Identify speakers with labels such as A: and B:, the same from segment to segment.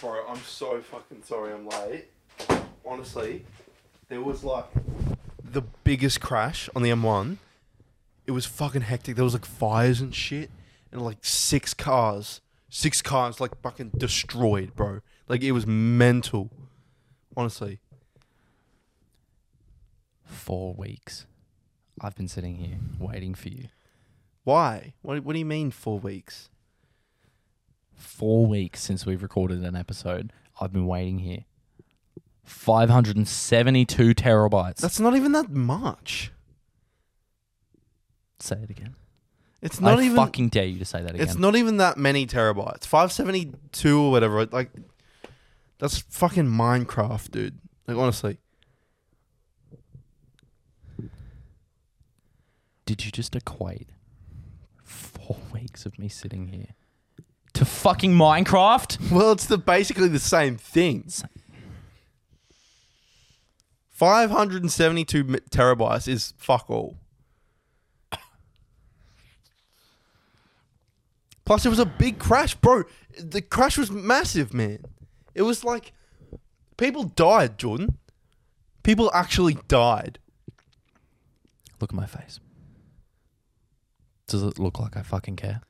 A: Bro, I'm so fucking sorry I'm late. Honestly, there was like the biggest crash on the M1. It was fucking hectic. There was like fires and shit, and like six cars, six cars like fucking destroyed, bro. Like it was mental. Honestly,
B: Four weeks. I've been sitting here waiting for you.
A: why? What, what do you mean four weeks?
B: Four weeks since we've recorded an episode. I've been waiting here. 572 terabytes.
A: That's not even that much.
B: say it again.
A: It's not
B: I
A: even.
B: fucking dare you to say that again.
A: It's not even that many terabytes. 572 or whatever. Like, that's fucking Minecraft, dude. Like, honestly.
B: Did you just equate four weeks of me sitting here to fucking Minecraft?
A: Well, it's the basically the same thing.
B: Same.
A: 572 mi- terabytes is fuck all. Plus, it was a big crash, bro. The crash was massive, man. It was like people died, Jordan. People actually died.
B: Look at my face. Does it look like I fucking care?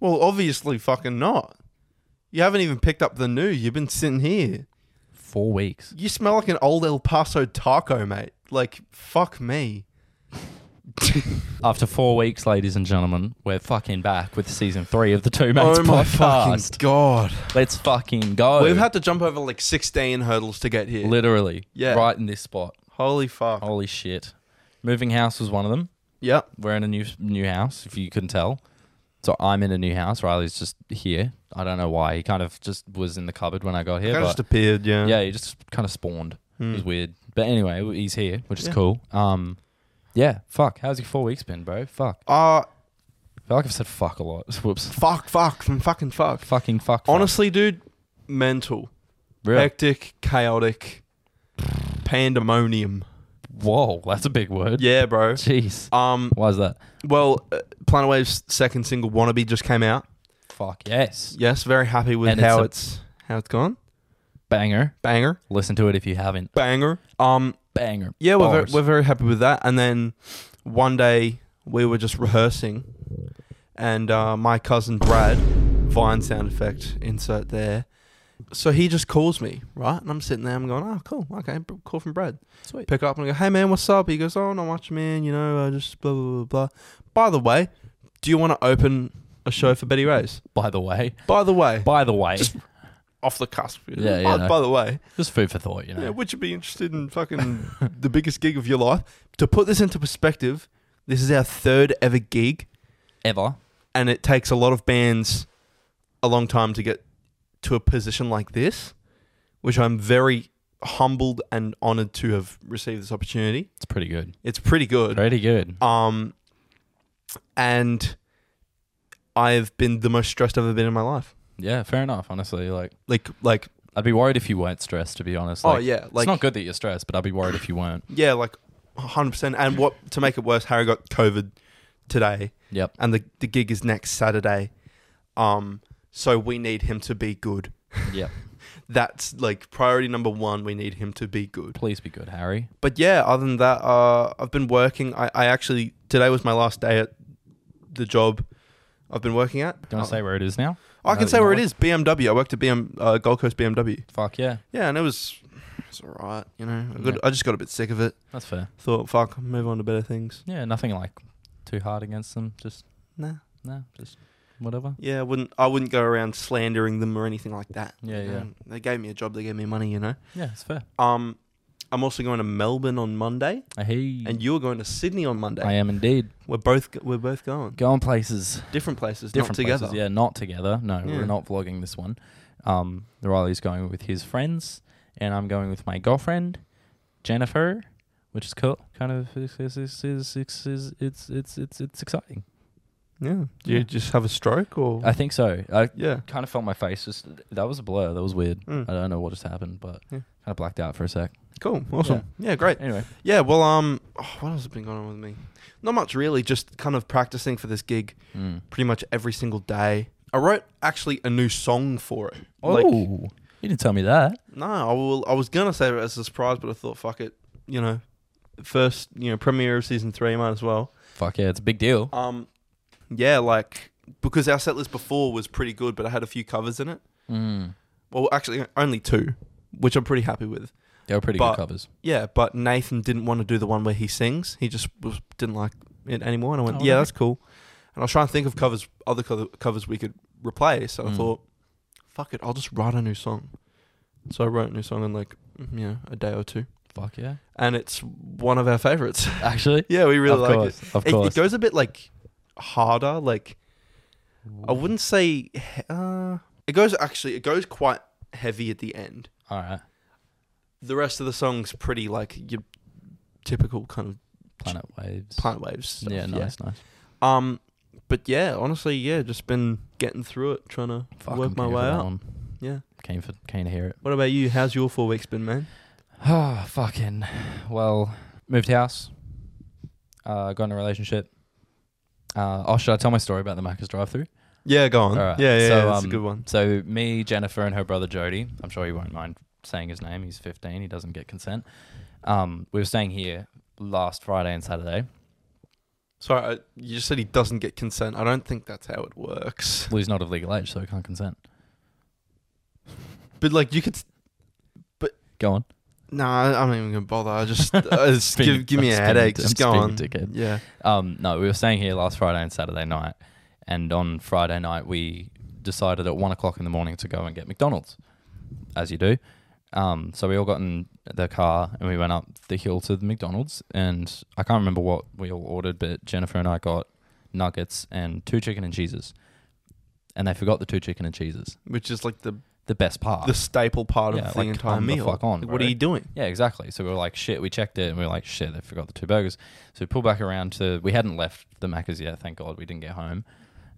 A: Well, obviously, fucking not. You haven't even picked up the new. You've been sitting here.
B: Four weeks.
A: You smell like an old El Paso taco, mate. Like, fuck me.
B: After four weeks, ladies and gentlemen, we're fucking back with season three of the Two Mates
A: oh my
B: podcast.
A: fucking god.
B: Let's fucking go.
A: We've had to jump over like 16 hurdles to get here.
B: literally
A: Yeah.
B: right in this spot.
A: Holy fuck.
B: Holy shit! Moving house was one of them.
A: Yep.
B: We're in a new new house, if you couldn't tell. So I'm in a new house. Riley's just here. I don't know why. He kind of just was in the cupboard when I got here.
A: Kinda
B: but
A: just appeared, yeah. Hmm.
B: yeah, he just kind of spawned. It was weird. But anyway, w- he's here, which is
A: Yeah.
B: cool. Um, yeah. Fuck. How's your four weeks been, bro? Fuck.
A: Uh,
B: I feel like I've said fuck a lot. Whoops.
A: fuck, fuck, from fucking fuck.
B: Fucking fuck. fuck.
A: Honestly, dude, mental.
B: Real.
A: Hectic, chaotic, pandemonium.
B: Whoa, that's a big word.
A: Yeah, bro.
B: Jeez.
A: Um,
B: Why is that?
A: well, uh, Planet Wave's second single, Wannabe, just came out.
B: Fuck yes.
A: Yes, very happy with
B: And
A: how
B: it's
A: it's how it's gone.
B: Banger.
A: Banger,
B: Listen to it if you haven't.
A: banger. Um,
B: Banger.
A: yeah, we're very,
B: Bars.
A: we're very happy with that. And then one day we were just rehearsing, and uh, my cousin Brad, Vine sound effect insert there. So he just calls me, right? And I'm sitting there, I'm going, oh, cool, okay, b- call from Brad.
B: Sweet.
A: Pick up and I go, hey man, what's up? He goes, oh, not much, man. You know, uh, just blah blah blah blah. By the way, do you want to open a show for Betty Ray's?
B: By the way.
A: By the way,
B: By the way.
A: Just- off the cusp.
B: Yeah,
A: by,
B: yeah.
A: by the way,
B: Just food for thought, you know.
A: Yeah, would you be interested in fucking the biggest gig of your life? To put this into perspective, this is our third ever gig,
B: Ever.
A: and it takes a lot of bands a long time to get to a position like this, which I'm very humbled and honored to have received this opportunity.
B: It's pretty good.
A: It's pretty good.
B: Pretty good.
A: Um, and I've been the most stressed I've ever been in my life.
B: Yeah, fair enough, honestly. Like
A: Like, like,
B: I'd be worried if you weren't stressed, to be honest.
A: oh
B: Like,
A: yeah, like
B: it's not good that you're stressed, but I'd be worried if you weren't.
A: Yeah, like 100%. And what to make it worse, Harry got COVID today
B: Yep.
A: and the, the gig is next Saturday. Um so we need him to be good.
B: Yep.
A: That's like priority number 1, we need him to be good.
B: Please be good, Harry.
A: But yeah, other than that, uh I've been working. I, I actually today was my last day at the job I've been working at.
B: Do you want to
A: Uh,
B: say where it is now?
A: I
B: now
A: can
B: that
A: say
B: you
A: where
B: know
A: it
B: it?
A: is. BMW. I worked at BM uh, Gold Coast BMW.
B: Fuck yeah.
A: Yeah, and it was it's all right, you know. I, got,
B: Yeah.
A: I just got a bit sick of it.
B: That's fair.
A: Thought, fuck, move on to better things.
B: Yeah, nothing like too hard against them. Just
A: Nah.
B: no, just whatever.
A: Yeah, I wouldn't I wouldn't go around slandering them or anything like that.
B: Yeah,
A: You
B: yeah.
A: know, They gave me a job, they gave me money, you know.
B: Yeah, it's fair.
A: Um I'm also going to Melbourne on Monday
B: I hear you.
A: and you're going to Sydney on Monday.
B: I am indeed.
A: We're both g- we're both going.
B: Going places.
A: Different places,
B: Different
A: not together.
B: places. Yeah, not together. No,
A: Yeah.
B: we're not vlogging this one. Um Riley's going with his friends and I'm going with my girlfriend, Jennifer, which is cool. Kind of it's it's it's it's it's it's it's, it's, it's exciting.
A: yeah. Do you
B: Yeah.
A: just have a stroke or
B: I think so. I
A: Yeah.
B: kind of felt my face just that was a blur. That was weird.
A: Mm.
B: I don't know what just happened, but
A: Yeah.
B: kind of blacked out for a sec.
A: Cool. Awesome. Yeah, great.
B: Anyway,
A: Yeah, well um oh, what else has been going on with me? Not much really, just kind of practicing for this gig
B: mm.
A: pretty much every single day. I wrote actually a new song for it.
B: oh,
A: Like,
B: You didn't tell me that.
A: No, I will. I was gonna save it as a surprise, but I thought, fuck it. You know, first you know premiere of season three, might as well.
B: Fuck yeah, it's a big deal.
A: Um, yeah, like because our set list before was pretty good, but I had a few covers in it.
B: Mm.
A: Well, actually, only two, which I'm pretty happy with.
B: They were pretty
A: But-
B: good covers.
A: Yeah, but Nathan didn't want to do the one where he sings. He just was, didn't like it anymore, and I went,
B: Oh,
A: yeah,
B: right.
A: that's cool. And I was trying to think of covers, other co- covers we could replace, and I
B: Mm.
A: thought, fuck it, I'll just write a new song. So I wrote a new song in like mm, you know a day or two,
B: Fuck yeah.
A: and it's one of our favorites.
B: Actually,
A: yeah, we really
B: of
A: like
B: course, of
A: it. it.
B: course.
A: It goes a bit like harder, like I wouldn't say. he- Uh, it goes actually. It goes quite heavy at the end.
B: All right,
A: The rest of the song's pretty like your typical kind of
B: Planet Waves.
A: plant waves. Stuff.
B: yeah, nice, nice.
A: Um, but yeah, honestly, yeah, just been getting through it, trying to
B: Fuck, I'm
A: work my
B: keen for
A: way
B: that
A: out.
B: one.
A: Yeah.
B: Keen for keen to hear it.
A: What about you? How's your four weeks been, man?
B: Ah, fucking. Well, moved house. Uh, got in a relationship. Uh, oh, should I tell my story about the Macca's drive-through?
A: Yeah, go on.
B: All right.
A: Yeah, yeah,
B: So,
A: yeah, that's a
B: um,
A: good one.
B: So me, Jennifer, and her brother Jody. I'm sure he won't mind saying his name. He's 15. He doesn't get consent. Um, we were staying here last Friday and Saturday.
A: Sorry, I, you just said he doesn't get consent. I don't think that's how it works.
B: Well, he's not of legal age, so he can't consent.
A: But like, you could. s-
B: Go on.
A: Nah, I'm not even gonna bother. I just, uh, just
B: Being-
A: give, give me a
B: I'm just being a
A: headache.
B: d- I'm
A: Just
B: just
A: go
B: being a
A: on.
B: dickhead.
A: Yeah.
B: Um, no, we were staying here last Friday and Saturday night, and on Friday night we decided at one o'clock in the morning to go and get McDonald's, as you do. Um, so we all got in the car and we went up the hill to the McDonald's, and I can't remember what we all ordered, but Jennifer and I got nuggets and two chicken and cheeses, and they forgot the two chicken and cheeses.
A: Which is like the
B: The best part.
A: the staple part
B: Yeah,
A: of the
B: like,
A: entire
B: come the
A: meal.
B: fuck on,
A: Like, what are
B: bro.
A: you doing?
B: Yeah, exactly. So we were like, shit, we checked it and we were like, shit, they forgot the two burgers. So we pulled back around to, we hadn't left the Macca's yet, thank God we didn't get home.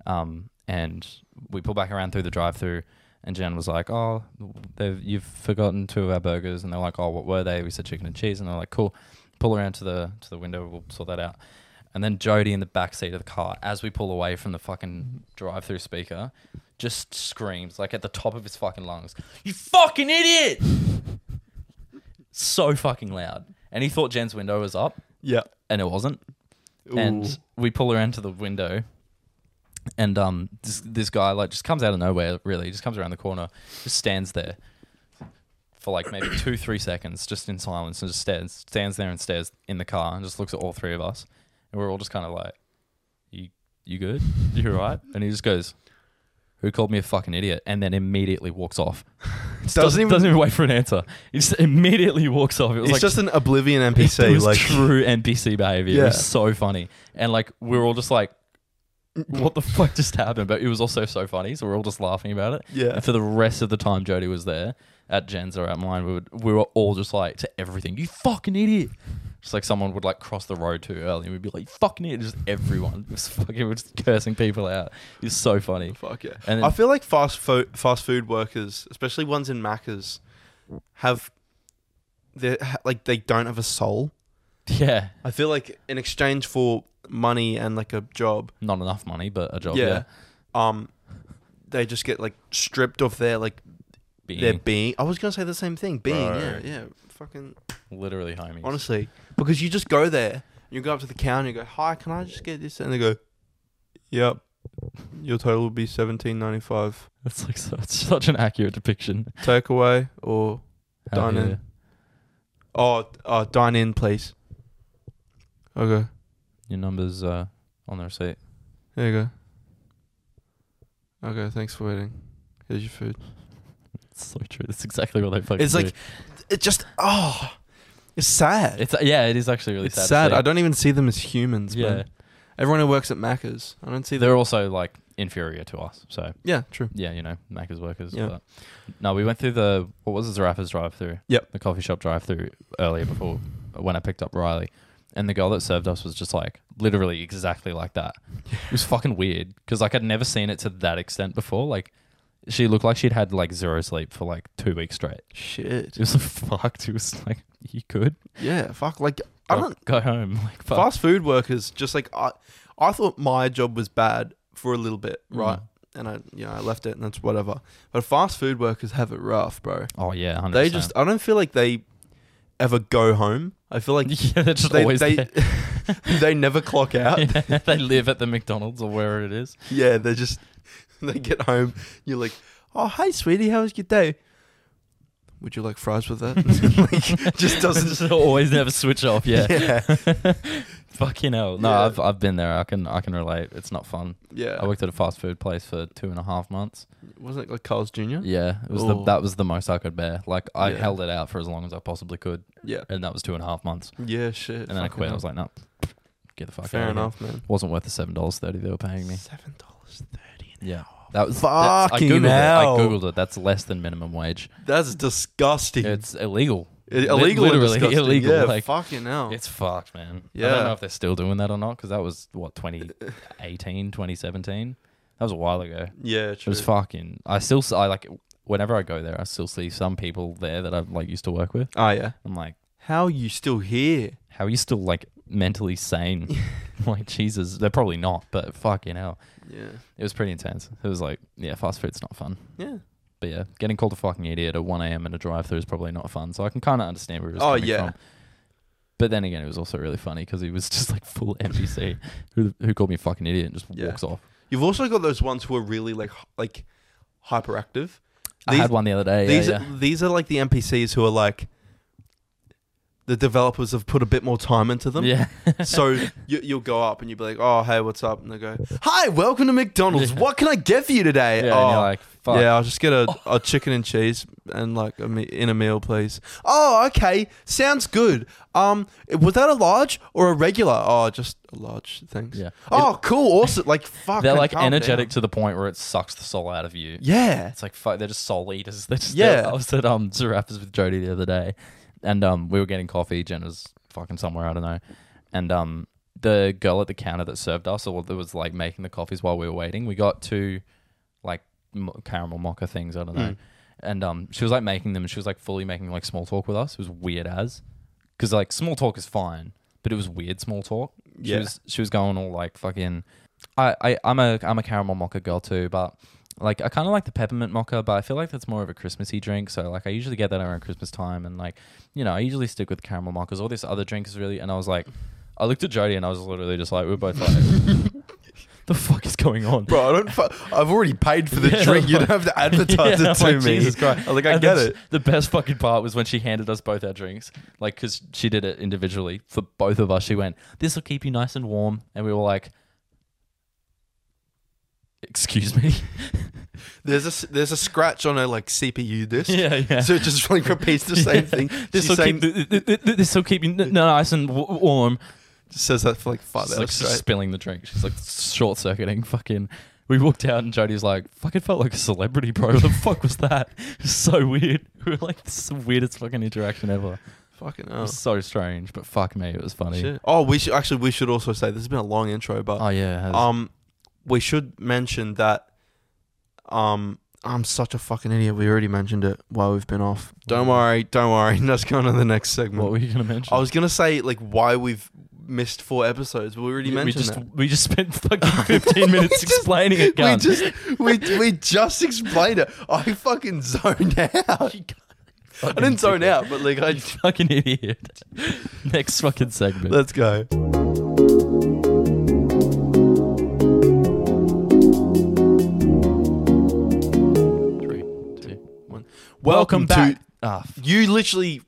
B: Um, and we pulled back around through the drive through and Jen was like, oh, they've, you've forgotten two of our burgers. And they're like, oh, what were they? We said chicken and cheese. And they're like, cool, pull around to the, to the window, we'll sort that out. And then Jody in the back seat of the car, as we pull away from the fucking drive through speaker, just screams like at the top of his fucking lungs, You fucking idiot! so fucking loud. And he thought Jen's window was up,
A: Yeah.
B: and it wasn't.
A: Ooh.
B: And we pull around to the window, and um, this this guy like just comes out of nowhere. Really, just comes around the corner, just stands there for like maybe two three seconds, just in silence, and just stands stands there and stares in the car, and just looks at all three of us, and we're all just kind of like, "You you good? You alright?" And he just goes. Who called me a fucking idiot? And then immediately walks off. Just
A: Doesn't
B: doesn't,
A: even-
B: doesn't even wait for an answer. He just immediately walks off. It was
A: It's
B: like
A: just an oblivion NPC.
B: it was
A: like
B: true NPC behavior. It
A: Yeah.
B: was so funny, and like we were all just like, "What the fuck just happened?" But it was also so funny, so we are all just laughing about it.
A: Yeah.
B: And for the rest of the time, Jody was there at Jen's or at mine. We would, we were all just like to everything. You fucking idiot! Just like someone would like cross the road too early, and we'd be like, "You fucking idiot!" Just everyone was fucking was cursing people out. It's so funny.
A: Fuck yeah.
B: And then-
A: I feel like fast food fast food workers, especially ones in Macca's, have they ha- like they don't have a soul.
B: Yeah,
A: I feel like in exchange for money and like a job,
B: not enough money, but a job.
A: Yeah.
B: Yeah,
A: um, they just get like stripped of their like
B: being
A: their being. I was gonna say the same thing, being. Yeah,
B: Right.
A: yeah. Fucking
B: literally homies.
A: honestly, because you just go there, you go up to the counter, you go, "Hi, can I just get this?" And they go, "Yep, your total will be seventeen ninety five.
B: That's like such, such an accurate depiction.
A: Takeaway or
B: Hell
A: Done in.
B: yeah.
A: oh, uh, dine in, please." Okay.
B: Your number's uh, on the receipt.
A: There you go. Okay, thanks for waiting. Here's your food.
B: It's so true. That's exactly what they fucking
A: It's like,
B: do.
A: it just, oh, it's sad.
B: it's uh, yeah, it is actually really
A: it's
B: sad. to
A: sad. I
B: see.
A: don't even see them as humans. Yeah.
B: yeah,
A: Everyone who works at Macca's, I don't see them.
B: they're also like inferior to us. So
A: Yeah, true.
B: yeah, you know, Macca's workers.
A: Yeah.
B: but- no, we went through the what was it, the Rappers drive-through.
A: Yep.
B: The coffee shop drive-through earlier before when I picked up Riley, and the girl that served us was just like literally exactly like that. It was fucking weird because like I'd never seen it to that extent before. Like she looked like she'd had like zero sleep for like two weeks straight.
A: Shit.
B: It was fucked. It was like you could.
A: Yeah, fuck. Like, I
B: go,
A: don't.
B: go home. Like Oh, fuck. Mm.
A: Fast food workers, just like, I, I thought my job was bad for a little bit, right? and I you know I left it and that's whatever. But fast food workers have it rough, bro.
B: Oh yeah, 100%.
A: They just I don't feel like they ever go home. I feel like
B: yeah, they're just
A: they
B: always
A: they,
B: there.
A: they never clock out.
B: Yeah, they live at the McDonald's or wherever it is.
A: Yeah, they just they get home. You're like, oh hey sweetie, how was your day? Would you like fries with that? like, just doesn't.
B: Just always never switch off. Yeah.
A: yeah.
B: Fucking hell. No,
A: Yeah.
B: I've I've been there. I can I can relate. It's not fun.
A: Yeah.
B: I worked at a fast food place for two and a half months.
A: Wasn't it like Carl's Jr.?
B: Yeah, it was the,
A: Ooh.
B: that was the most I could bear. Like I
A: Yeah.
B: held it out for as long as I possibly could,
A: Yeah.
B: and that was two and a half months.
A: Yeah, shit.
B: And then I
A: fucking
B: quit. I
A: hell.
B: was like, no, get the fuck out.
A: fair
B: of here."
A: enough, man.
B: Wasn't worth the seven dollars thirty they were paying me.
A: Seven dollars thirty.
B: Yeah, that was that's-
A: Fucking
B: I googled
A: hell.
B: It. I googled it. That's less than minimum wage.
A: That's disgusting.
B: It's illegal.
A: I-
B: Li-
A: illegal, and
B: literally
A: disgusting.
B: illegal.
A: Yeah,
B: like
A: fucking hell.
B: it's fucked, man. I
A: Yeah.
B: don't know if they're still doing that or not because that was what 2018, 2017. That was a while ago.
A: yeah,
B: It
A: true.
B: was fucking. I still s- I like whenever I go there, I still see some people there that I like used to work with.
A: Oh yeah.
B: I'm like,
A: How are you still here?
B: how are you still like mentally sane? like Jesus, they're probably not, but fucking hell,
A: Yeah.
B: it was pretty intense. It was like, yeah, fast food's not fun.
A: Yeah.
B: But yeah, getting called a fucking idiot at 1 a.m. in a drive-through is probably not fun. So I can kind of understand where he was
A: Oh,
B: coming
A: yeah.
B: from. But then again, it was also really funny because he was just like full NPC who, who called me a fucking idiot and just
A: Yeah.
B: walks off.
A: You've also got those ones who are really like h- like hyperactive.
B: I
A: These-
B: had one the other day.
A: these
B: yeah,
A: are, these are like the NPCs who are like the developers have put a bit more time into them.
B: yeah. yeah.
A: So you, you'll go up and you'll be like, "Oh, hey, what's up?" And they go, "Hi, welcome to McDonald's.
B: Yeah.
A: What can I get for you today?"
B: yeah,
A: oh,
B: and you're like, fuck. Oh.
A: Yeah, I'll just get a, a chicken and cheese and like a me- in a meal, please. Oh, okay, sounds good. Um, was that a large or a regular? Oh, just a large, thanks.
B: Yeah.
A: Oh, cool, awesome. Like fuck,
B: they're
A: I
B: like
A: calm
B: energetic
A: down.
B: to the point where it sucks the soul out of you.
A: Yeah,
B: It's like fuck. They're just soul eaters. They're just,
A: Yeah.
B: yeah. I was at um Zarapas with Jody the other day, and um we were getting coffee. Jen was fucking somewhere I don't know, and um the girl at the counter that served us or that was like making the coffees while we were waiting. We got two like mo- caramel mocha things. I don't know, and um she was like making them. and She was like fully making like small talk with us. It was weird as because like small talk is fine, but it was weird small talk. She
A: Yeah.
B: was she was going all like fucking. I, I I'm a I'm a caramel mocha girl too, but like I kind of like the peppermint mocha, but I feel like that's more of a Christmassy drink. So like I usually get that around Christmas time, and like you know I usually stick with caramel mochas. All this other drink is really, and I was like, I looked at Jody and I was literally just like, we're both like, the fuck is going on,
A: bro. I don't. Fu- I've already paid for the
B: Yeah,
A: drink. You don't have
B: like-
A: to advertise
B: Yeah,
A: it to
B: I'm like,
A: me.
B: Jesus Christ.
A: I was like, I
B: And
A: get
B: then
A: it.
B: sh- The best fucking part was when she handed us both our drinks, like because she did it individually for both of us. She went, "This will keep you nice and warm," and we were like, "Excuse me."
A: There's a s- there's a scratch on her like CPU disk.
B: yeah, yeah.
A: So it just like repeats the same thing.
B: This
A: She's
B: will
A: saying,
B: keep th- th- th- th- this will keep you n- nice and w- warm.
A: says that for like five
B: She's
A: hours
B: like
A: straight.
B: spilling the drink. She's like short circuiting. Fucking. We walked out and Jody's like, "Fucking felt like a celebrity, bro. What the fuck was that? So weird. We were like, this is the weirdest fucking interaction ever.
A: Fucking
B: It
A: hell.
B: was so strange, but fuck me, it was funny.
A: Shit. Oh, we should actually we should also say this has been a long intro, but
B: Oh yeah, it has.
A: Um, we should mention that. Um, I'm such a fucking idiot. We already mentioned it while we've been off. Don't worry, don't worry. Let's go on to the next
B: Mm. what
A: segment.
B: were you gonna mention?
A: I was gonna say like why we've missed four episodes, but we already
B: we
A: mentioned
B: just
A: that.
B: we just spent fucking fifteen minutes explaining it.
A: We
B: Gun.
A: just we we just explained it. I fucking zoned out. I didn't zone out, but like I.
B: fucking idiot. Next fucking segment.
A: Let's go.
B: Three, two.
A: Welcome,
B: back.
A: to.
B: Ah, f-
A: You literally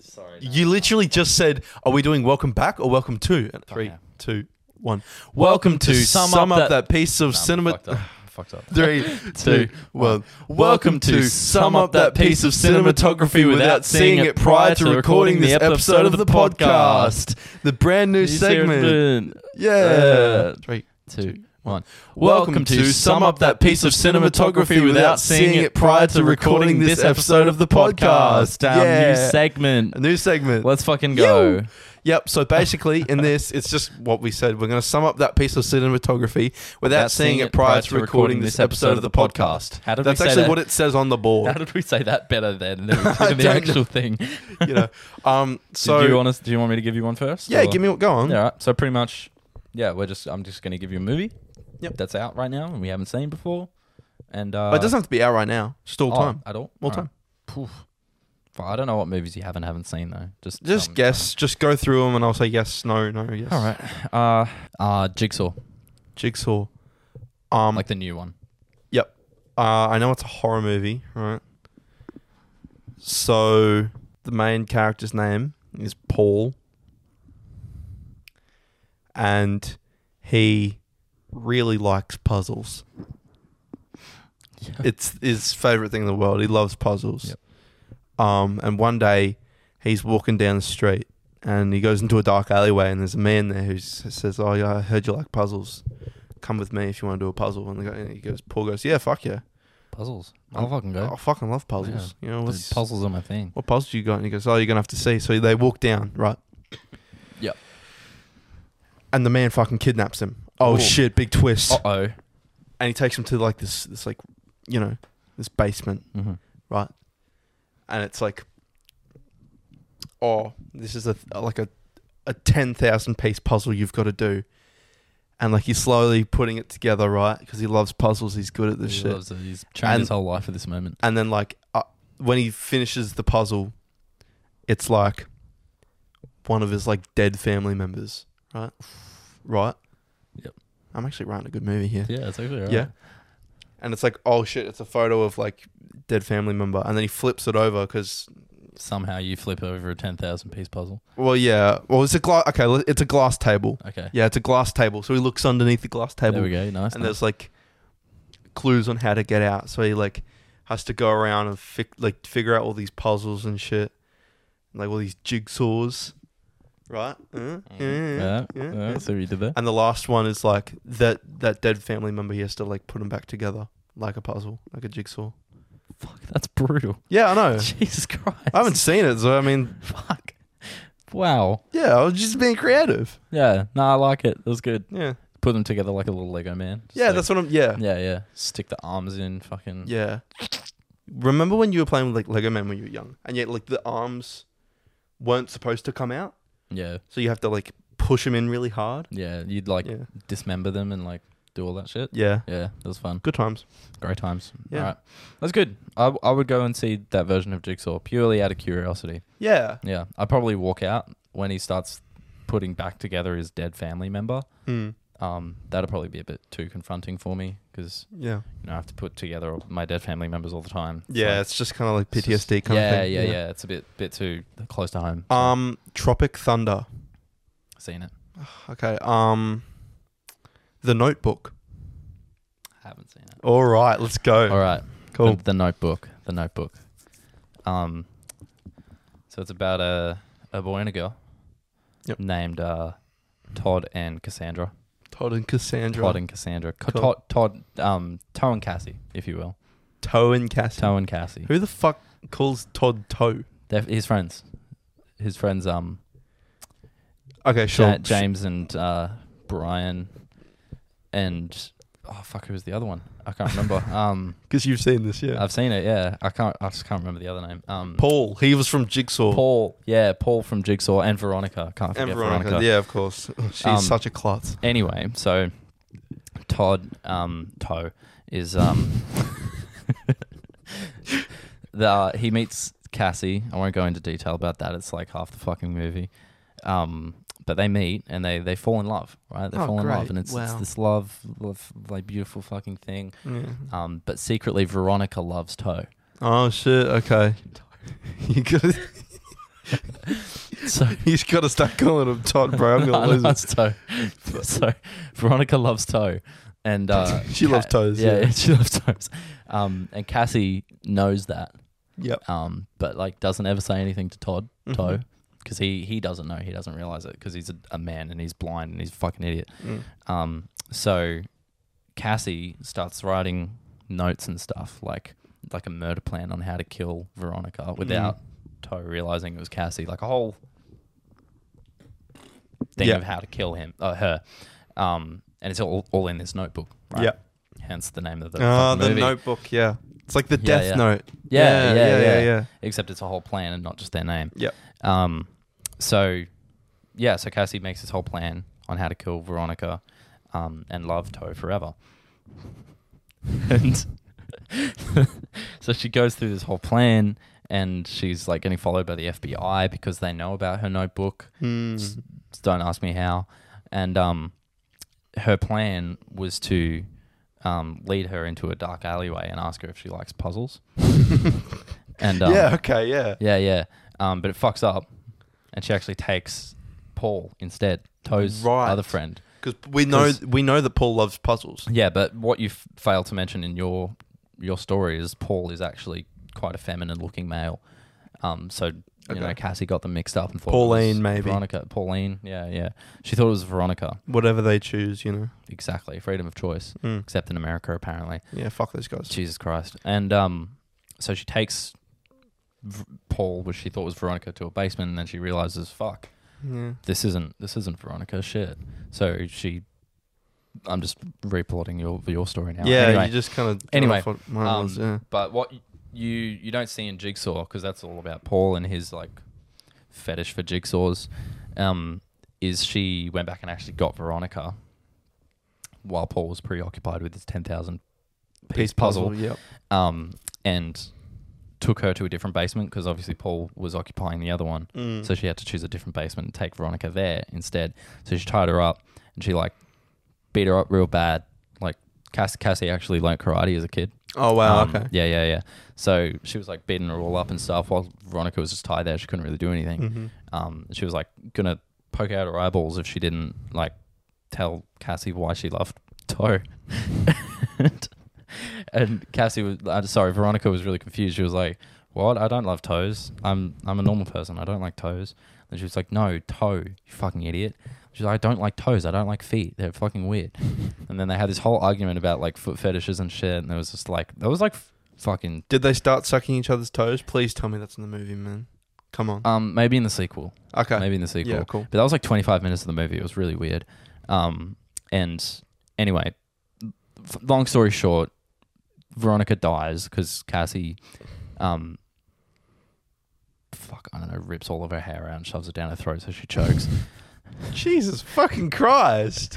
B: sorry. no.
A: You literally just said, "Are we doing welcome back or welcome to?" And three,
B: yeah.
A: two, one. Welcome,
B: to
A: to sum,
B: Sum
A: up,
B: Up
A: that, piece of
B: Nah, I'm
A: cinema.
B: Fucked up. I'm fucked up.
A: Three, two,
B: Two,
A: one. Welcome,
B: Welcome
A: to sum up that piece of cinematography without seeing it prior to recording this episode of the podcast. The brand new segment. Yeah.
B: Uh,
A: Three.
B: Two, one.
A: Welcome to sum up that piece of cinematography without seeing it prior to recording this episode of the podcast.
B: Damn,
A: Yeah.
B: new segment.
A: A new segment.
B: Let's fucking go.
A: You. Yep. So basically, in this, it's just what we said. We're going to sum up that piece of cinematography without, seeing it prior to recording this episode of the podcast.
B: How did
A: That's
B: we say
A: actually
B: that?
A: what it says on the
B: How
A: board.
B: did we say that better than, than we did in the
A: don't
B: actual thing?
A: you know. Um. So
B: do you want us? Do you want me to give you one first?
A: yeah,
B: or-
A: give me what go on.
B: Yeah, all right. So pretty much, yeah, we're just. I'm just gonna give you a movie.
A: Yep.
B: That's out right now, and we haven't seen before. And uh,
A: but it doesn't have to be out right now. Just all
B: oh,
A: time.
B: at all.
A: All
B: Alright.
A: time.
B: Poof. Well, I don't know what movies you have and haven't seen though. Just
A: Just
B: um,
A: guess. Just go through them, and I'll say yes, no, no, yes.
B: All right. Uh, uh, Jigsaw,
A: Jigsaw. Um.
B: like the new one.
A: Yep. Uh, I know it's a horror movie, right? So the main character's name is Paul, and he really likes puzzles. It's his favorite thing in the world. He loves puzzles. Um, and one day he's walking down the street and he goes into a dark alleyway and there's a man there who s- says, "Oh yeah, I heard you like puzzles. Come with me if you want to do a puzzle." And the guy, he goes, Paul goes, "Yeah, fuck yeah,
B: Puzzles. I'll fucking go.
A: I fucking love puzzles. You know
B: Dude,
A: what's
B: puzzles are my thing.
A: what puzzles you got?" And he goes, "Oh, you're gonna have to see." So they walk down, right?
B: Yep.
A: And the man fucking kidnaps him. Oh
B: Ooh.
A: shit, big twist.
B: Uh oh.
A: And he takes him to like this, this like, you know, this basement.
B: Mm-hmm.
A: right? And it's like, oh, this is a like a a ten thousand piece puzzle you've got to do, and like he's slowly putting it together, right? Because he loves puzzles, he's good at this
B: He
A: shit.
B: loves it. He's trained
A: And-
B: his whole life for this moment.
A: And then like uh, when he finishes the puzzle, it's like one of his like dead family members, right? Right.
B: Yep.
A: I'm actually writing a good movie here.
B: Yeah, it's actually right.
A: Yeah. And it's like, oh shit, it's a photo of like dead family member, and then he flips it over because
B: Somehow you flip over a ten thousand piece puzzle.
A: Well, yeah. Well, it's a glass. Okay, li- it's a glass table.
B: Okay.
A: Yeah, it's a glass table. So he looks underneath the glass table,
B: There we go. Nice.
A: and
B: nice.
A: there's like clues on how to get out. So he like has to go around and fi- like figure out all these puzzles and shit, like all these jigsaws, right? Uh,
B: Mm. Yeah.
A: yeah,
B: Yeah.
A: yeah.
B: So you did that.
A: And the last one is like that that dead family member. He has to like put them back together like a puzzle, like a jigsaw.
B: Fuck. That's brutal.
A: Yeah, I know.
B: Jesus Christ.
A: I haven't seen it, so I mean,
B: Fuck. Wow.
A: yeah, I was just being creative.
B: Yeah. No, I like it. It was good.
A: Yeah,
B: Put them together like a little Lego man. Just
A: yeah,
B: like-
A: that's what I'm. Yeah,
B: Yeah, yeah. Stick the arms in. Fucking.
A: Yeah. Remember when you were playing with like Lego Man when you were young, and yet like the arms weren't supposed to come out,
B: Yeah.
A: so you have to like push them in really hard.
B: Yeah. You'd like
A: yeah.
B: dismember them and like do all that shit.
A: Yeah.
B: Yeah, it was fun.
A: Good times.
B: Great times.
A: Yeah.
B: All right. That's good. I, I would go and see that version of Jigsaw purely out of curiosity.
A: Yeah.
B: Yeah. I'd probably walk out when he starts putting back together his dead family member.
A: Hmm.
B: Um, that'd probably be a bit too confronting for me because
A: Yeah.
B: you know I have to put together all my dead family members all the time. It's
A: Yeah.
B: like-
A: It's just kind of like
B: it's just-
A: PTSD kind
B: yeah,
A: of thing.
B: Yeah, yeah, It's a bit bit too close to home.
A: Um, Tropic Thunder.
B: Seen it.
A: Okay. Um, The Notebook.
B: Haven't seen it.
A: All right, let's go.
B: All right.
A: Cool.
B: The, the Notebook. The Notebook. Um, so it's about a a boy and a girl.
A: Yep.
B: Named uh, Todd and Cassandra.
A: Todd and Cassandra.
B: Todd and Cassandra. Co-
A: Cool.
B: Todd, Todd, um, Toe and Cassie, if you will.
A: Toe and Cassie.
B: Toe and Cassie.
A: Who the fuck calls Todd Toe?
B: They're his friends. His friends, um,
A: Okay,
B: Ja-
A: sure.
B: James and uh, Brian, and oh fuck, who was the other one? I can't remember. um,
A: Because you've seen this, yeah.
B: I've seen it. Yeah, I can't. I just can't remember the other name. Um,
A: Paul. He was from Jigsaw.
B: Paul, yeah, Paul from Jigsaw and Veronica. Can't forget
A: And
B: Veronica.
A: Veronica, yeah, of course. She's
B: Um,
A: such a klutz.
B: Anyway, so Todd um, Toe is um, the uh, he meets Cassie. I won't go into detail about that. It's like half the fucking movie. Um, but they meet and they, they fall in love, right? They
A: Oh,
B: fall in
A: great.
B: love, and it's, it's
A: Wow.
B: this love, love, like beautiful fucking thing.
A: Yeah.
B: Um, but secretly, Veronica loves Toe.
A: Oh shit! Okay, you got
B: So
A: he's got to start calling him Todd, bro. I'm
B: I
A: gonna lose
B: know
A: it.
B: it's toe. so Veronica loves toe, and uh,
A: She loves toes,
B: Yeah,
A: yeah.
B: she loves toes. Um, and Cassie knows that.
A: Yep.
B: Um, but like doesn't ever say anything to Todd
A: Mhm.
B: Toe because he he doesn't know. He doesn't realize it because he's a, a man and he's blind and he's a fucking idiot.
A: Mm.
B: Um, so Cassie starts writing notes and stuff like like a murder plan on how to kill Veronica
A: Mm.
B: without Toe realizing it was Cassie, like a whole thing
A: Yeah.
B: of how to kill him uh, her. Um, and it's all all in this notebook, right?
A: Yeah.
B: Hence the name of the,
A: Ah,
B: fucking
A: the
B: movie.
A: Notebook. Yeah, it's like the
B: Yeah,
A: Death
B: yeah.
A: Note.
B: Yeah, yeah, yeah,
A: yeah, yeah.
B: Except it's a whole plan and not just their name.
A: Yep.
B: Um, so, yeah, so Cassie makes this whole plan on how to kill Veronica um, and love Toe forever. and so she goes through this whole plan and she's like getting followed by the FBI because they know about her notebook. S-
A: Mm.
B: s- Don't ask me how. And um, her plan was to um, lead her into a dark alleyway and ask her if she likes puzzles. and um,
A: yeah. Okay. Yeah.
B: yeah, yeah. Um, but it fucks up, and she actually takes Paul instead. Toe's
A: Right.
B: other friend.
A: Because we know
B: 'Cause-
A: we know that Paul loves puzzles.
B: Yeah, but what you f- failed to mention in your your story is Paul is actually quite a feminine-looking male. Um, so you know
A: Okay.
B: Cassie got them mixed up and thought it
A: Pauline,
B: was
A: maybe.
B: Veronica, Pauline. Yeah, yeah. She thought it was Veronica.
A: Whatever they choose, you know.
B: Exactly, freedom of choice,
A: Mm.
B: except in America apparently.
A: Yeah. Fuck those guys.
B: Jesus Christ. And um, so she takes v- Paul, which she thought was Veronica, to a basement, and then she realizes, fuck,
A: Yeah.
B: this isn't this isn't Veronica shit. So she, I'm just replotting your your story now.
A: Yeah.
B: Anyway,
A: You just kind of
B: Anyway,
A: Mine
B: um,
A: was, yeah.
B: but what y- you you don't see in Jigsaw because that's all about Paul and his like fetish for jigsaws. Um, is she went back and actually got Veronica while Paul was preoccupied with his ten thousand piece puzzle
A: Yep.
B: um, and took her to a different basement because obviously Paul was occupying the other one.
A: Mm.
B: So she had to choose a different basement and take Veronica there instead. So she tied her up and she like beat her up real bad. Like Cass- Cassie actually learnt karate as a kid.
A: oh wow.
B: Um,
A: okay.
B: Yeah, yeah, yeah. So she was like beating her all up and stuff while Veronica was just tied there. She couldn't really do anything.
A: Mhm.
B: Um, she was like gonna poke out her eyeballs if she didn't like tell Cassie why she loved Toe. and, and Cassie was uh, sorry, Veronica was really confused. She was like, "What? I don't love toes. I'm I'm a normal person. I don't like toes." And she was like, "No, toe, you fucking idiot." She's like, "I don't like toes. I don't like feet. They're fucking weird." And then they had this whole argument about like foot fetishes and shit. And there was just like that was like f- fucking
A: Did they start sucking each other's toes? Please tell me that's in the movie, man. Come on.
B: um maybe in the sequel,
A: okay.
B: maybe in the sequel.
A: yeah. Cool.
B: But that was like 25 minutes of the movie. It was really weird. Um, and anyway, f- long story short, Veronica dies because Cassie, um, fuck, I don't know, rips all of her hair out and shoves it down her throat so she chokes.
A: Jesus fucking Christ.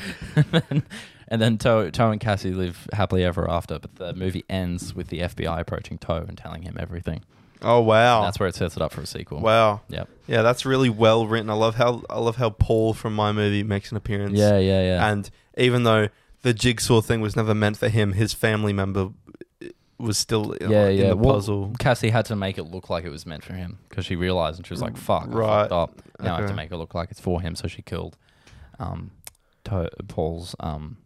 B: and then Toe, Toe and Cassie live happily ever after. But the movie ends with the FBI approaching Toe and telling him everything.
A: Oh wow.
B: And that's where it sets it up for a sequel.
A: Wow.
B: Yep.
A: Yeah, that's really well written. I love how I love how Paul from my movie makes an appearance.
B: Yeah, yeah, yeah.
A: And even though the jigsaw thing was never meant for him, his family member uh, was still uh,
B: Yeah,
A: in
B: yeah.
A: the
B: Well,
A: puzzle.
B: Cassie had to make it look like it was meant for him because she realized and she was like, "Fuck, I
A: Mm, Right.
B: fucked up." Now I have to
A: Okay.
B: make it look like it's for him. So she killed um, to- Paul's um,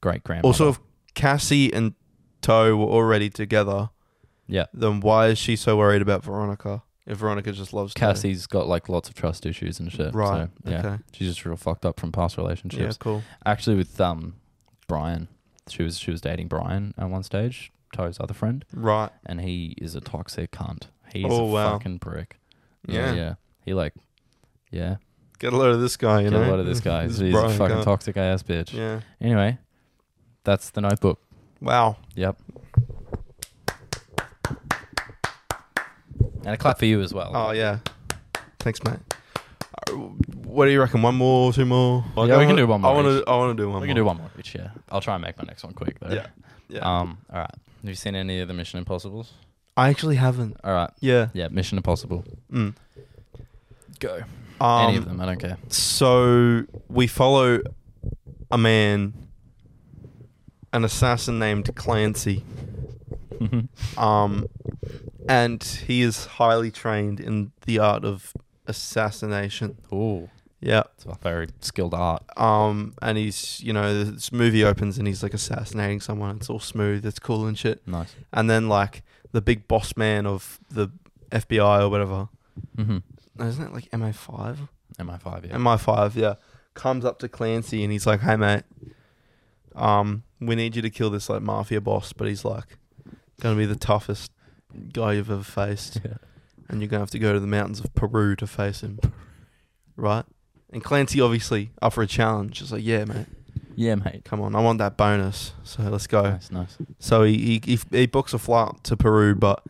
B: great grandmother.
A: Also, if Cassie and Toe were already together,
B: yeah,
A: then why is she so worried about Veronica? If Veronica just loves Toe?
B: Cassie's got like lots of trust issues and shit.
A: Right.
B: So, yeah,
A: Okay.
B: she's just real fucked up from past
A: Yeah,
B: relationships.
A: cool.
B: Actually, with um, Brian, she was she was dating Brian at one stage, Toe's other friend,
A: Right.
B: and he is a toxic cunt. He's
A: Oh,
B: a
A: wow.
B: fucking prick.
A: Yeah.
B: yeah. He like, yeah.
A: Get a load of this guy, you
B: Get
A: know.
B: a load of this guy. He's a
A: Brian
B: fucking
A: guy.
B: toxic ass bitch.
A: Yeah.
B: Anyway, that's the notebook.
A: Wow.
B: Yep. And a clap for you as well.
A: Oh yeah. Thanks, mate. Uh, What do you reckon? One more, two more? Like,
B: Yeah,
A: I
B: we can
A: wanna-
B: do one more
A: I want
B: each.
A: to. I want to do one.
B: we
A: more.
B: can do one more each, yeah. I'll try and make my next one quick though.
A: Yeah. Yeah.
B: Um, all right. Have you seen any of the Mission Impossibles?
A: I actually haven't.
B: All right.
A: Yeah.
B: Yeah, Mission Impossible.
A: Mm.
B: Go.
A: Um,
B: any of them, I don't care.
A: So we follow a man, an assassin named Clancy.
B: Mm-hmm.
A: Um, and he is highly trained in the art of assassination.
B: Ooh.
A: Yeah.
B: It's a very skilled art.
A: Um, and he's you know this movie opens and he's like assassinating someone. It's all smooth. It's cool and shit.
B: Nice.
A: And then like the big boss man of the FBI or whatever.
B: Mm-hmm.
A: Isn't it like MA five?
B: MI5, yeah.
A: MI5, yeah, comes up to Clancy and he's like, "Hey, mate, um, we need you to kill this like mafia boss, but he's like, gonna be the toughest guy you've ever faced,
B: Yeah.
A: and you're gonna have to go to the mountains of Peru to face him, right?" And Clancy obviously up for a challenge. He's like, "Yeah, mate,
B: yeah, mate.
A: come on, I want that bonus, so let's go."
B: Nice, nice.
A: So he he, he, he books a flight to Peru, but.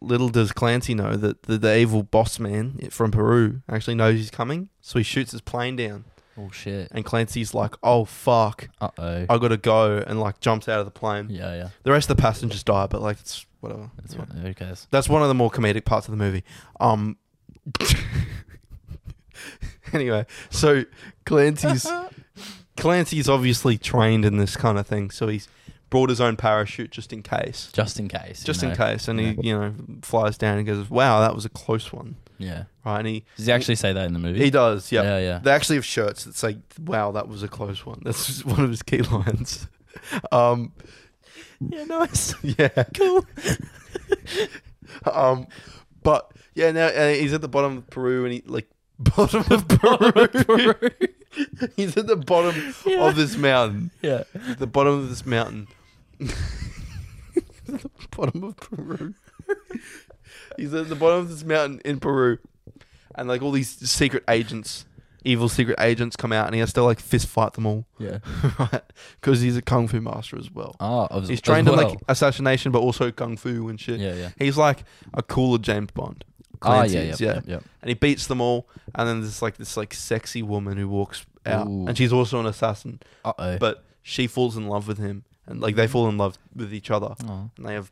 A: Little does Clancy know that the, the evil boss man from Peru actually knows he's coming, so he shoots his plane down
B: Oh shit.
A: And Clancy's like, oh fuck,
B: Uh oh.
A: I gotta go, and like jumps out of the plane.
B: Yeah, yeah.
A: The rest of the passengers die, but like it's whatever.
B: That's
A: Yeah.
B: what. Who cares?
A: That's one of the more comedic parts of the movie. Um. anyway, so Clancy's Clancy's obviously trained in this kind of thing, so he's brought his own parachute just in case,
B: Just in case. you
A: just in
B: know.
A: case, and
B: Yeah.
A: he you know flies down and goes, "Wow, that was a close one."
B: Yeah.
A: Right, and he
B: Does he actually say that in the movie?
A: he does, yeah.
B: Yeah, yeah.
A: They actually have shirts that say, "Wow, that was a close one." That's just one of his key lines. Um,
B: yeah, nice.
A: yeah.
B: cool.
A: Um, but yeah, now uh, he's at the bottom of Peru, and he like bottom of Peru. he's at the bottom
B: Yeah.
A: of this mountain.
B: yeah.
A: At the bottom of this mountain. At the bottom of Peru. he's at the bottom of this mountain in Peru, and like all these secret agents, evil secret agents, come out, and he has to like fist fight them all,
B: Yeah.
A: right? Because he's a kung fu master as well.
B: Oh, I was,
A: He's trained
B: as
A: in
B: well.
A: like uh, assassination, but also kung fu and shit.
B: Yeah, yeah.
A: He's like a cooler James Bond.
B: Ah,
A: Clancy
B: yeah, yeah,
A: is,
B: yeah, yeah.
A: And he beats them all, and then there's like this like sexy woman who walks out,
B: Ooh.
A: and she's also an assassin,
B: Uh oh.
A: but she falls in love with him, and like they fall in love with each other, and they have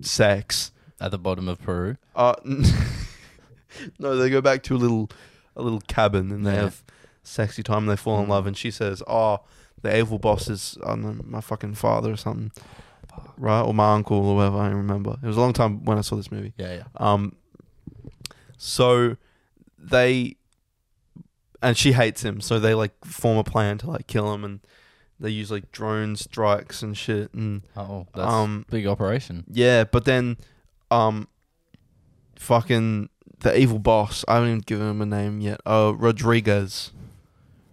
A: sex.
B: At the bottom of Peru.
A: Uh, no, they go back to a little a little cabin, and they
B: Yeah.
A: have sexy time. And they fall in love, and she says, "Oh, the evil boss is I don't know, my fucking father or something." Right or my uncle or whatever I don't remember. It was a long time when I saw this movie.
B: Yeah, yeah.
A: Um, so they, and she hates him. So they like form a plan to like kill him, and they use like drone strikes and shit. And
B: Oh, that's
A: Um,
B: big operation.
A: yeah, but then, um, fucking the evil boss. I haven't even given him a name yet. Uh, Rodriguez.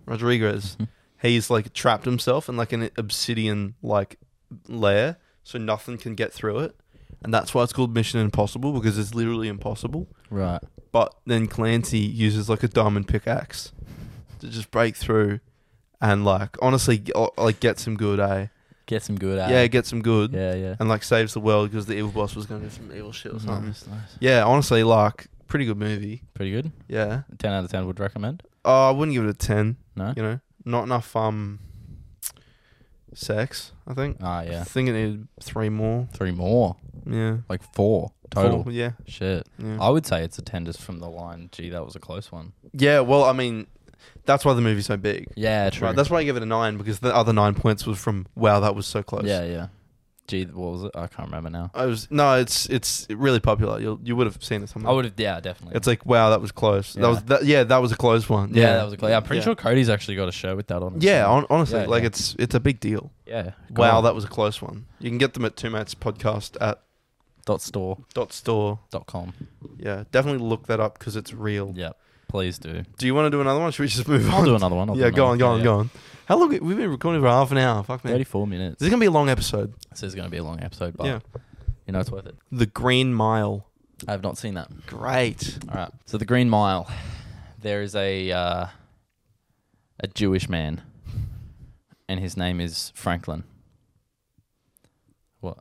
A: Rodriguez. He's like trapped himself in like an obsidian like lair, so nothing can get through it. And that's why it's called Mission Impossible because it's literally impossible.
B: right.
A: But then Clancy uses like a diamond pickaxe to just break through, and like honestly, g- uh, like gets him good, eh?
B: Get some good at
A: Yeah,
B: it.
A: gets him good,
B: Yeah, yeah.
A: and like saves the world because the evil boss was going to do some evil shit
B: Mm.
A: or something.
B: Nice, nice.
A: Yeah, honestly, like pretty good movie.
B: Pretty good.
A: Yeah,
B: 10 out of 10 would recommend.
A: oh, I wouldn't give it a ten.
B: No?
A: You know, not enough um sex. I think.
B: Ah, yeah.
A: I think it needed three more.
B: Three more.
A: Yeah,
B: Like four total.
A: Four, yeah,
B: Shit.
A: yeah.
B: I would say it's a 10 just from the line. Gee, that was a close one.
A: yeah. Well, I mean, that's why the movie's so big.
B: Yeah, true.
A: Right, that's why I give it a nine because the other nine points was from wow, that was so close.
B: Yeah, yeah. Gee, what was it? I can't remember now.
A: I was no, it's it's really popular. You you would have seen it somewhere.
B: I would have, yeah, definitely.
A: Mm. It's like wow, that was close. That was
B: Yeah.
A: that, yeah, that was a close one.
B: yeah,
A: Yeah,
B: that was a close. Yeah, I'm pretty
A: Yeah.
B: sure Cody's actually got a shirt with that on. him.
A: Yeah, hon- honestly,
B: Yeah,
A: like
B: yeah.
A: it's it's a big deal.
B: yeah.
A: Wow,
B: Go on.
A: that was a close one. You can get them at Two Mates Podcast at
B: dot store
A: dot store.
B: dot com.
A: Yeah, definitely look that up because it's real.
B: Yeah, please do.
A: Do you want to do another one? Should we just move
B: I'll
A: on?
B: do another one. I'll do
A: yeah, go
B: another
A: on, go
B: one.
A: on,
B: Yeah,
A: go on. How long? We've been recording for half an hour. Fuck
B: yeah.
A: me.
B: Thirty-four minutes.
A: This is gonna be a long episode.
B: This is going to be a long episode, but
A: yeah,
B: you know it's worth it.
A: the Green Mile.
B: I have not seen that.
A: Great.
B: All right. So the Green Mile. There is a uh, a Jewish man, and his name is Franklin. What?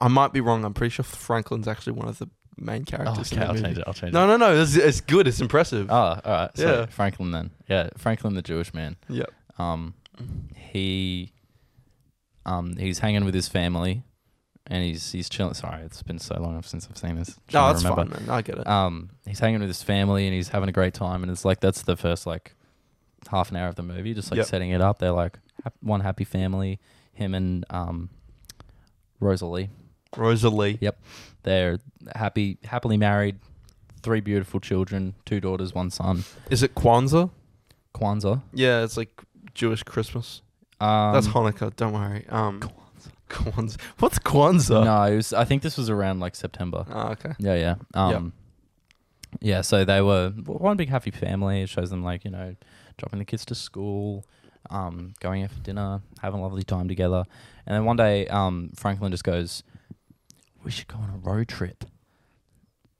A: I might be wrong. I'm pretty sure Franklin's actually one of the main
B: Oh,
A: characters.
B: okay,
A: in the
B: I'll
A: movie.
B: change it. I'll change it.
A: No, no, no. It's, it's good. It's impressive.
B: Oh, all right. So
A: Yeah.
B: Franklin then. Yeah, Franklin the Jewish man.
A: Yep.
B: Um, he um he's hanging with his family, and he's he's chilling. Sorry, it's been so long since I've seen this.
A: No,
B: Trying to
A: that's
B: remember.
A: fine, man. I get it.
B: Um, he's hanging with his family and he's having a great time, and it's like that's the first like half an hour of the movie, just like
A: Yep.
B: setting it up. They're like hap- one happy family. Him and um, Rosalie,
A: Rosalie.
B: they're happy, happily married, three beautiful children, two daughters, one son.
A: Is it Kwanzaa?
B: Kwanzaa.
A: Yeah, it's like Jewish Christmas.
B: Um,
A: that's Hanukkah. Don't worry. Um, Kwanzaa. What's Kwanzaa?
B: No, it was, I think this was around like September.
A: Oh, okay.
B: Yeah, yeah.
A: Yeah.
B: Um, Yeah, so they were one big happy family. It shows them, like, you know, dropping the kids to school, um, going out for dinner, having a lovely time together. And then one day, um, Franklin just goes, We should go on a road trip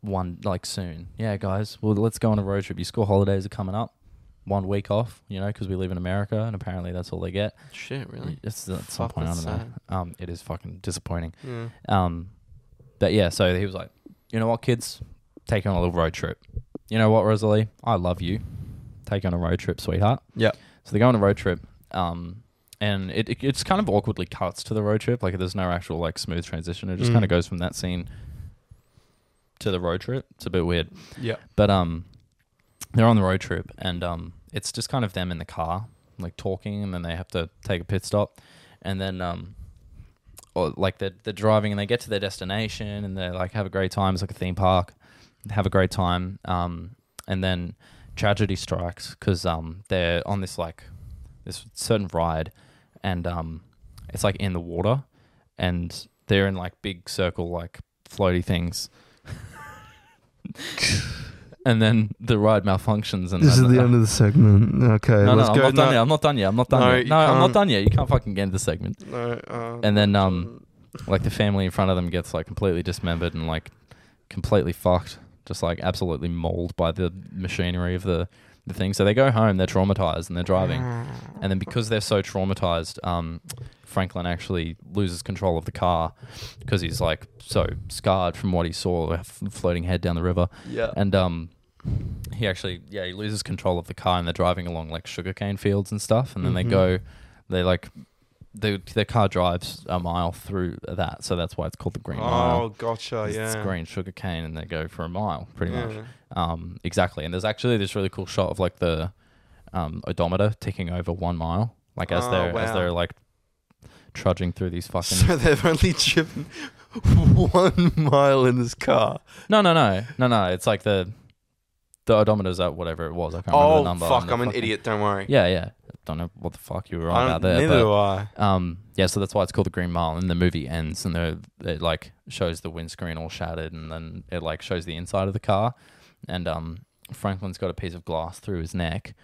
B: one, like, soon. Yeah, guys, well, let's go on a road trip. Your school holidays are coming up. One week off, you know, because we live in America and apparently that's all they get.
A: Shit, really?
B: It's at some
A: Fuck,
B: point, I don't
A: that's
B: know. Um, it is fucking disappointing.
A: Yeah.
B: Um, but yeah, so he was like, you know what, kids, take on a little road trip. You know what, Rosalie, I love you. take you on a road trip, sweetheart.
A: Yeah.
B: So they go on a road trip, um, and it, it it's kind of awkwardly cuts to the road trip. Like there's no actual like smooth transition. It just
C: Mm.
B: kind of goes from that scene to the road trip. It's a bit weird.
A: Yeah.
B: But um, they're on the road trip, and um, it's just kind of them in the car, like talking, and then they have to take a pit stop, and then um, or like they're they're driving, and they get to their destination, and they're like have a great time. It's like a theme park, have a great time. Um, and then tragedy strikes because um, they're on this like this certain ride, and um, it's like in the water, and they're in like big circle like floaty things. And then the ride malfunctions, and
C: This
B: then
C: is the end of the segment. Okay,
B: no, no,
C: let's
B: I'm
C: go.
B: not done yet. I'm not done yet. I'm not done
C: No,
B: yet.
C: you
B: No, I'm not
C: can't.
B: done yet. You can't fucking get into the segment.
C: No, uh,
B: And then, um, Like the family in front of them gets like completely dismembered and like completely fucked, just like absolutely mauled by the machinery of the the thing. So they go home. They're traumatized and they're driving. And then because they're so traumatized, um, Franklin actually loses control of the car because he's like so scarred from what he saw, uh, f- floating head down the river.
A: Yeah.
B: And um, he actually, yeah, he loses control of the car and they're driving along like sugarcane fields and stuff. And then
C: Mhm.
B: they go, they like, the, their car drives a mile through that. So that's why it's called the Green Mile.
C: oh, gotcha.
B: 'cause
C: Yeah.
B: It's green sugarcane and they go for a mile pretty
C: yeah.
B: much. Um, exactly. And there's actually this really cool shot of like the um, odometer ticking over one mile, like as
C: Oh,
B: they're as
C: wow.
B: they're like trudging through these fucking.
A: So they've only driven one mile in this car.
B: no, no, no, no, no. It's like the the odometer's at whatever it was. I can't remember
A: Oh
B: the number. and
A: fuck!
B: the
A: I'm an
B: fucking-
A: idiot. Don't worry.
B: Yeah, yeah. Don't know what the fuck you were
A: I
B: on
A: don't-
B: about there.
A: neither
B: But,
A: do I.
B: um, yeah, so that's why it's called the Green Mile. And the movie ends, and they're- it like shows the windscreen all shattered, and then it like shows the inside of the car, and um, Franklin's got a piece of glass through his neck,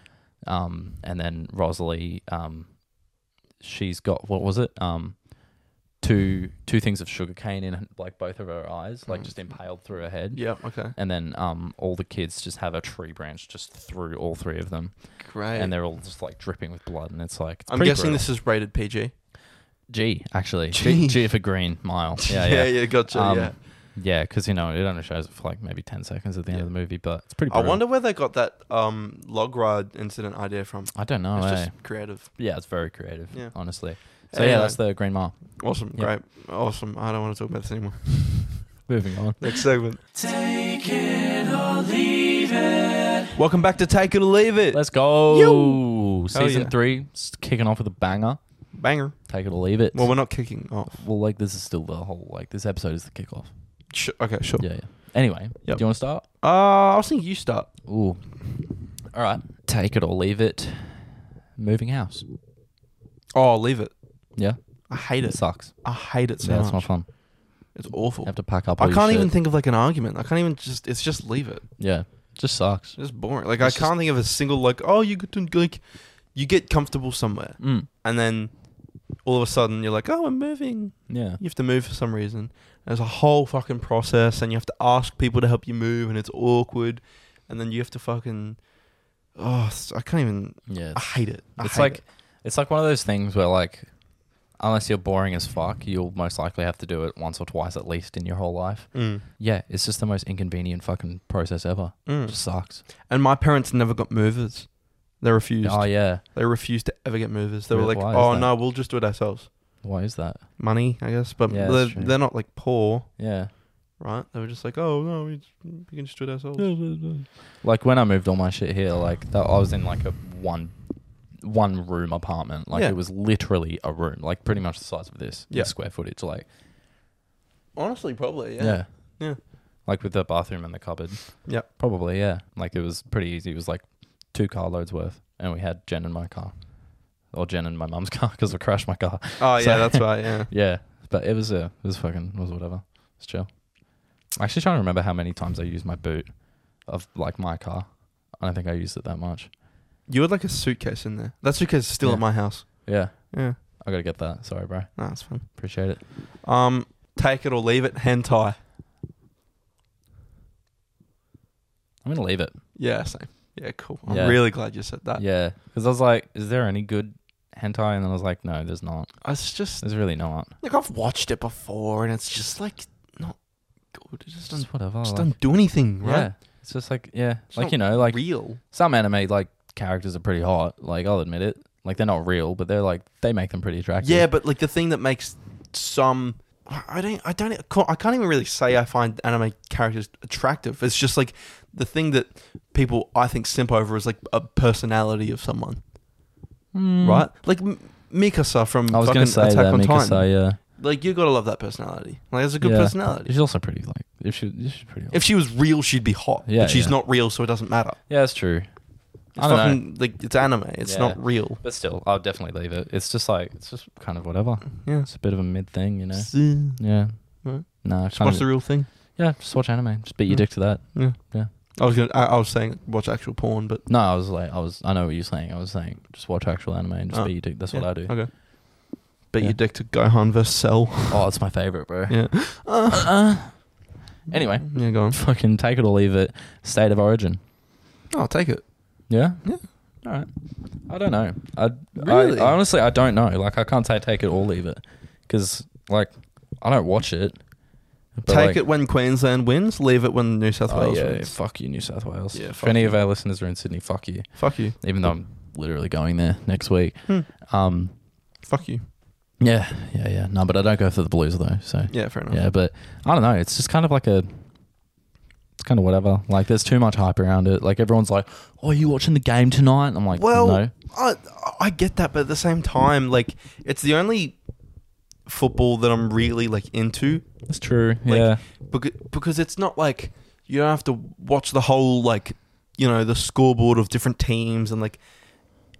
B: um, and then Rosalie, um, she's got what was it, um, two two things of sugarcane in like both of her eyes, like just impaled through her head.
A: Mm. Yeah. Okay.
B: And then um, all the kids just have a tree branch just through all three of them,
A: Great.
B: and they're all just like dripping with blood, and it's like it's
A: I'm
B: pretty
A: guessing
B: brutal.
A: this is rated PG.
B: G actually.
A: G.
B: G, G for green mile. Oh, Yeah, yeah, yeah.
A: gotcha.
B: Um,
A: yeah.
B: because you know it only shows it for like maybe ten seconds at the end
A: Yeah.
B: of the movie, but it's pretty.
A: I
B: Brutal.
A: wonder where they got that um, log ride incident idea from.
B: I don't know.
A: it's
B: eh?
A: just creative.
B: yeah, it's very creative.
A: Yeah.
B: honestly. So yeah,
A: Anyway,
B: that's the green mile.
A: awesome.
B: yeah.
A: Great. Awesome. I don't want to talk about this anymore.
B: Moving on.
A: Next segment. Take it or leave it. Welcome back to Take It or Leave It.
B: Let's go.
A: Hell
B: Season
A: yeah.
B: three, s- kicking off with a banger.
A: Banger.
B: Take it or leave it.
A: Well, we're not kicking off.
B: Well, like this is still the whole like this episode is the kickoff.
A: Sh- okay, sure.
B: Yeah, yeah. Anyway,
A: Yep.
B: do you want to start?
A: Uh, I was thinking you start.
B: Ooh. All right. Take it or leave it. Moving house.
A: Oh, leave it.
B: Yeah.
A: I hate
B: It
A: it.
B: sucks.
A: I hate it so
B: yeah,
A: much.
B: it's not fun.
A: It's awful.
B: Have to pack up.
A: I
B: all your
A: can't even
B: shit.
A: think of like an argument. I can't even just. It's just leave it.
B: Yeah, just sucks.
A: It's just boring. Like
B: It's
A: I can't think of a single like. Oh, you get to like, you get comfortable somewhere,
B: Mm.
A: and then all of a sudden you're like, oh, I'm moving.
B: Yeah,
A: You have to move for some reason. There's a whole fucking process, and you have to ask people to help you move, and it's awkward. And then you have to fucking. Oh, it's- I can't even.
B: yeah.
A: I
B: It's,
A: hate it. I
B: it's
A: hate
B: like
A: it.
B: it's like one of those things where like, unless you're boring as fuck, you'll most likely have to do it once or twice at least in your whole life.
A: Mm.
B: Yeah, it's just the most inconvenient fucking process ever. It
A: Mm.
B: just sucks.
A: And my parents never got movers. They refused.
B: Oh yeah,
A: They refused to ever get movers. They were
B: Really?
A: like,
B: Why is
A: "Oh
B: that?"
A: no, we'll just do it ourselves."
B: why is that?
A: Money, I guess, but
B: Yeah,
A: they're,
B: that's true.
A: they're not like poor,
B: Yeah.
A: right? They were just like, "Oh no, we, we can just do it ourselves."
B: Like when I moved all my shit here, like that, I was in like a one one room apartment. Like
A: Yeah.
B: it was literally a room, like pretty much the size of this in
A: Yeah.
B: square footage. Like
A: Honestly, probably.
B: yeah.
A: Yeah. Yeah.
B: Like with the bathroom and the cupboard.
A: Yep.
B: Probably, yeah. Like it was pretty easy. It was like two car loads worth. And we had Jen and my car. Or Jen and my mum's car because I crashed my car.
A: Oh yeah,
B: So-
A: that's right. Yeah.
B: Yeah. But it was uh, it was fucking it was whatever. It's chill. I'm actually trying to remember how many times I used my boot of like my car. I don't think I used it that much.
A: You had like a suitcase in there. That suitcase is still
B: Yeah.
A: at my house.
B: Yeah.
A: Yeah.
B: I gotta get that. Sorry, bro.
A: No, it's fine.
B: Appreciate it.
A: Um, take it or leave it. Hentai.
B: I'm gonna leave it.
A: Yeah, same. Yeah, cool. I'm
B: Yeah.
A: really glad you said that.
B: Yeah. Because I was like, is there any good hentai? And then I was like, no, there's not.
A: It's just
B: There's really not.
A: like I've watched it before, and it's just like not good. It just
B: It's
A: doesn't,
B: just whatever.
A: just
B: like-
A: doesn't do anything, right?
B: Yeah. It's just like yeah,
A: It's
B: like
A: not
B: you know, like
A: Real.
B: some anime like characters are pretty hot. Like I'll admit it. Like they're not real, but they're like they make them pretty attractive.
A: Yeah, but like the thing that makes some I don't I don't I can't- I can't even really say I find anime characters attractive. It's just like the thing that people I think simp over is like a personality of someone,
B: Mm.
A: right? Like M- Mikasa from
B: I was
A: fucking
B: gonna say
A: Attack
B: that
A: on Titan.
B: Mikasa. Yeah,
A: Like you gotta love that personality. Like that's a good
B: Yeah.
A: personality.
B: she's also pretty. Like if she, she's pretty. Hot.
A: If she was real, she'd be hot.
B: Yeah,
A: but she's
B: yeah.
A: not real, so it doesn't matter.
B: yeah, that's true.
A: It's
B: I don't know.
A: fucking like it's anime. It's
B: Yeah.
A: not real.
B: But still, I'll definitely leave it. It's just like it's just kind of whatever.
A: Yeah.
B: It's a bit of a mid thing, you know.
A: Just
B: Yeah.
A: Right.
B: No, it's kind
A: watch
B: of-
A: the real thing.
B: yeah, just watch anime. Just beat your
A: Mm.
B: dick to that.
A: I was gonna. I, I was saying watch actual porn, but
B: No, I was like, I was, I know what you're saying. I was saying, just watch actual anime and just
A: Oh,
B: beat your dick. That's what
A: yeah,
B: I do.
A: Okay. Beat
B: Yeah.
A: your dick to Gohan versus Cell.
B: Oh, it's my favorite, bro. Uh-uh.
A: yeah. Uh,
B: Anyway,
A: Yeah, go on.
B: fucking take it or leave it. State of origin.
A: I'll Oh, take it.
B: Yeah.
A: Yeah.
B: All right. I don't know. I,
A: Really?
B: I, I honestly I don't know. Like I can't say take it or leave it because like I don't watch it. But,
A: take
B: like-
A: it when Queensland wins. Leave it when New South
B: Oh,
A: Wales
B: yeah,
A: wins.
B: fuck you, New South Wales.
A: Yeah,
B: if
A: fuck
B: any
A: you.
B: of our listeners are in Sydney, fuck you.
A: Fuck you.
B: Even though I'm literally going there next week.
A: Hmm.
B: Um.
A: Fuck you.
B: Yeah. Yeah. Yeah. No, but I don't go for the Blues though. So
A: Yeah, fair enough.
B: yeah, but I don't know. It's just kind of like a. It's kind of whatever. Like, there's too much hype around it. Like, everyone's like, "Oh, are you watching the game tonight?" And I'm like,
A: Well,
B: no."
A: I I get that, but at the same time, like it's the only football that I'm really like into
B: It's true.
A: like,
B: yeah.
A: because because it's not like you don't have to watch the whole like you know the scoreboard of different teams and like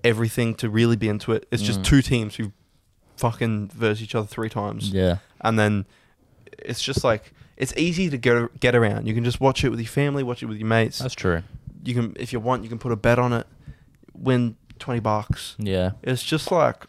A: everything to really be into it. It's just
B: Mm.
A: two teams who fucking verse each other three times.
B: Yeah.
A: and then it's just like it's easy to get get around. You can just watch it with your family, watch it with your mates.
B: That's true.
A: you can, if you want, you can put a bet on it, win twenty bucks.
B: Yeah.
A: It's just like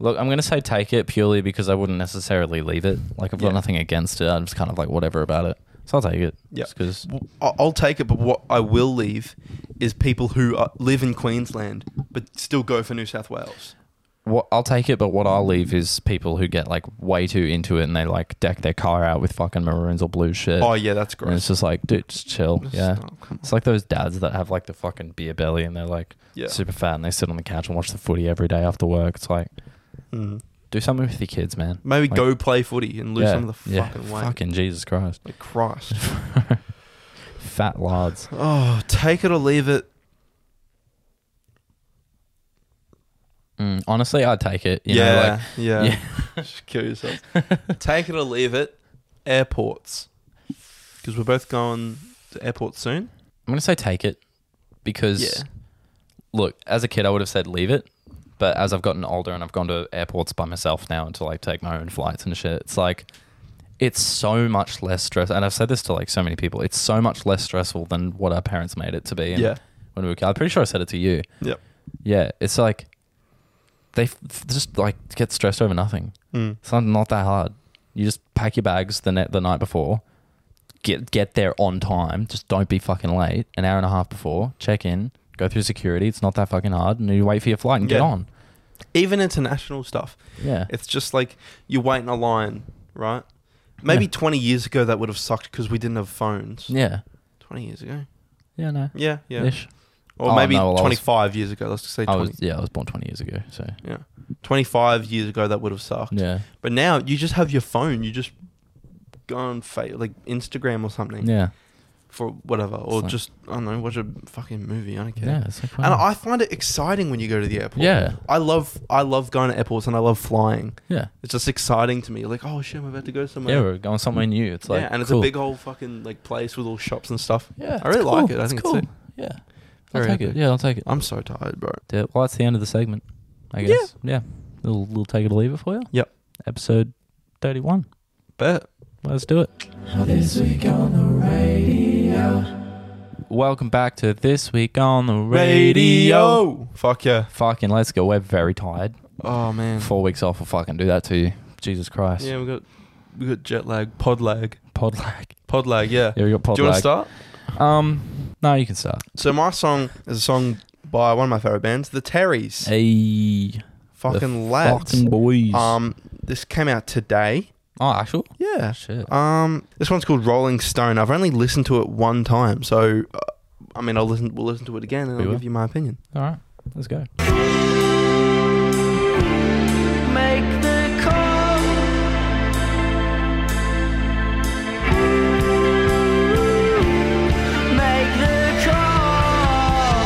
B: Look, I'm gonna say take it purely because I wouldn't necessarily leave it. Like, I've got
A: Yeah.
B: nothing against it. I'm just kind of like whatever about it. So I'll take it.
A: Yeah.
B: Because
A: w- I- I'll take it, but what I will leave is people who are, live in Queensland but still go for New South Wales.
B: What I'll take it, but what I'll leave is people who get like way too into it and they like deck their car out with fucking maroons or blue shit.
A: Oh yeah, that's
B: and it's
A: gross.
B: just like, dude, just chill. Yeah.
A: Oh, come
B: It's like those dads that have like the fucking beer belly and they're like
A: Yeah.
B: super fat and they sit on the couch and watch the footy every day after work. It's like,
A: on. Mm.
B: do something with your kids, man.
A: Maybe
B: Like-
A: go play footy and lose
B: yeah,
A: some of the
B: yeah,
A: fucking weight.
B: Fucking Jesus Christ.
A: Like Christ.
B: Fat lards.
A: Oh, take it or leave it.
B: Mm, honestly, I'd take it. You
A: yeah,
B: Know, like,
A: yeah,
B: Yeah.
A: Just kill yourself. Take it or leave it. Airports, because we're both going to airports soon.
B: I'm gonna say take it because
A: Yeah.
B: look, as a kid I would have said leave it, but as I've gotten older and I've gone to airports by myself now and to like take my own flights and shit, it's like it's so much less stress and I've said this to like so many people, it's so much less stressful than what our parents made it to be and
A: Yeah.
B: when we were kids. I'm pretty sure I said it to you.
A: Yep.
B: Yeah. It's like they f- f- just like get stressed over nothing.
A: Mm.
B: It's not, not that hard. You just pack your bags the net the night before, get get there on time. Just don't be fucking late. An hour and a half before, check in, go through security. It's not that fucking hard, and you wait for your flight and get
A: Yeah.
B: on.
A: Even international stuff.
B: Yeah,
A: It's just like you wait in a line, right? Maybe
B: Yeah.
A: 20 years ago that would have sucked because we didn't have phones.
B: yeah,
A: 20 years ago.
B: yeah. No,
A: Yeah, yeah.
B: Ish.
A: Or
B: Oh,
A: maybe
B: no, well, I was-
A: 25 years ago. Let's just say
B: I
A: 20.
B: was yeah, I was born twenty years ago, so
A: yeah. 25 years ago that would have sucked.
B: yeah,
A: But now you just have your phone. You just go on fa- like Instagram or something
B: yeah,
A: for whatever, or
B: It's like-
A: just I don't know, watch a fucking movie. I don't care.
B: yeah. It's like
A: And
B: wow.
A: I find it exciting when you go to the airport.
B: yeah,
A: I love I love going to airports and I love flying.
B: yeah,
A: It's just exciting to me. Like, oh shit, I'm about to go somewhere.
B: yeah. We're going somewhere new. It's like
A: yeah, and it's
B: cool.
A: a big old fucking like place with all shops and stuff.
B: Yeah,
A: I really like
B: cool.
A: it. I think it's
B: cool.
A: sick.
B: yeah, I'll
A: Very
B: take it.
A: epic.
B: Yeah, I'll take it.
A: I'm so tired, bro.
B: Yeah, well, that's the end of the segment, I guess. Yeah. We'll, we'll take it or leave it for you.
A: Yep.
B: Episode 31.
A: Bet.
B: Let's do it. Welcome back to This Week on the Radio.
A: Fuck yeah.
B: Fucking let's go. We're very tired.
A: Oh man.
B: Four weeks off will fucking do that to you. Jesus Christ.
A: Yeah, we got we got jet lag, pod lag,
B: Pod lag.
A: pod lag. Yeah.
B: Yeah, we got pod
A: Do you want to
B: lag.
A: start?
B: Um, no, you can start.
A: So my song is a song by one of my favorite bands, The Terrys.
B: Hey,
A: fucking lads.
B: fucking boys.
A: um, this came out today.
B: oh, actual?
A: Yeah.
B: Shit.
A: Um, this one's called Rolling Stone. I've only listened to it one time, so uh, I mean, I'll listen. We'll listen to it again, and
B: We
A: I'll
B: will.
A: give you my opinion.
B: All right, let's go.
C: Make the call. Make the call.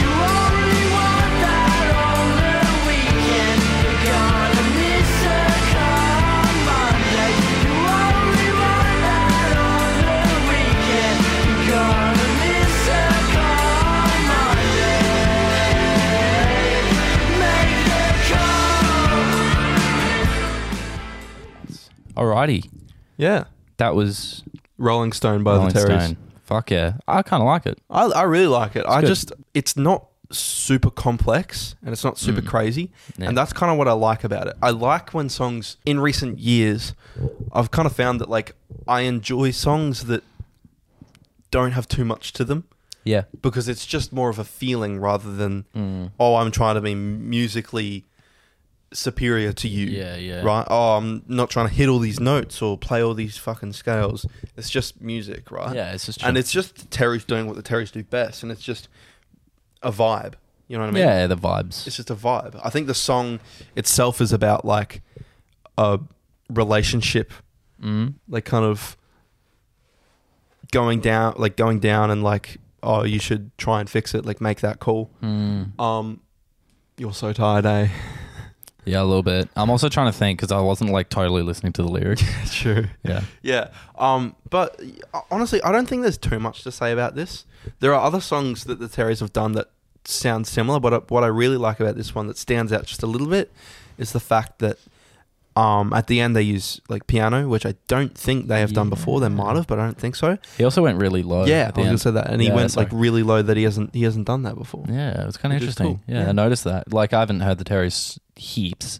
C: You only want that on the weekend. You're gonna miss her come Monday. You only want that on the weekend. You're gonna miss her come Monday. Make the call.
B: Alrighty,
A: Yeah,
B: that was
A: Rolling Stone by
B: Rolling
A: the Terrors.
B: Stone. Fuck yeah, I kind of like it.
A: I, I really like it. I
B: good.
A: just it's not super complex and it's not super crazy,
B: Mm. Yeah.
A: and that's kind of what I like about it. I like when songs in recent years, I've kind of found that like I enjoy songs that don't have too much to them
B: Yeah,
A: because it's just more of a feeling rather than
B: Mm.
A: oh I'm trying to be musically superior to you.
B: Yeah, yeah.
A: Right? Oh, I'm not trying to hit all these notes or play all these fucking scales. It's just music, right?
B: Yeah, it's just
A: And
B: chill.
A: it's just the Terry's doing what the Terry's do best and it's just a vibe. You know what I mean?
B: yeah, the vibes.
A: It's just a vibe. I think the song itself is about like a relationship
B: mm.
A: like kind of going down like going down and like oh you should try and fix it like make that call
B: Mm.
A: um you're so tired eh
B: Yeah, a little bit. I'm also trying to think because I wasn't like totally listening to the lyrics.
A: true
B: yeah,
A: yeah um but uh, honestly i don't think there's too much to say about this there are other songs that the terries have done that sound similar but uh, what i really like about this one that stands out just a little bit is the fact that um at the end they use like piano which i don't think they have done before they
B: Yeah.
A: might have but i don't think so
B: he also went really low.
A: yeah,
B: at
A: I
B: the
A: was gonna
B: end.
A: say that, and he
B: Yeah,
A: went
B: sorry.
A: like really low that he hasn't he hasn't done that before.
B: Yeah, it was kind of
A: Which is
B: interesting.
A: cool.
B: Yeah,
A: Yeah.
B: I noticed that. Like, I haven't heard the Terrys heaps,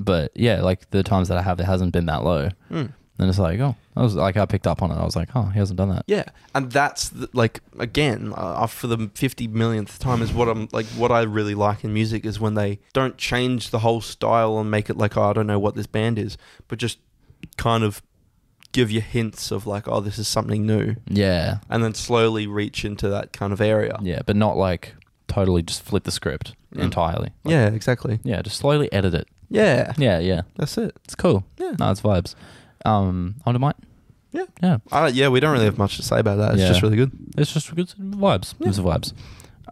B: but yeah, like the times that I have, it hasn't been that low.
A: Mm.
B: And it's like, oh, I was like, I picked up on it. I was like, oh, he hasn't done that.
A: Yeah, and that's the, like again uh, for the fifty millionth time is what I'm like. What I really like in music is when they don't change the whole style and make it like oh, I don't know what this band is, but just kind of give you hints of like oh this is something new,
B: Yeah,
A: and then slowly reach into that kind of area.
B: yeah, but not like totally just flip the script
A: Mm.
B: entirely. Like,
A: Yeah, exactly.
B: yeah, just slowly edit it.
A: Yeah,
B: Yeah, yeah,
A: that's it.
B: it's cool.
A: Yeah.
B: no, it's vibes. Um, on to mine.
A: Yeah.
B: yeah,
A: I don't- yeah, we don't really have much to say about that. It's
B: Yeah.
A: just really good.
B: It's just good vibes. It's vibes.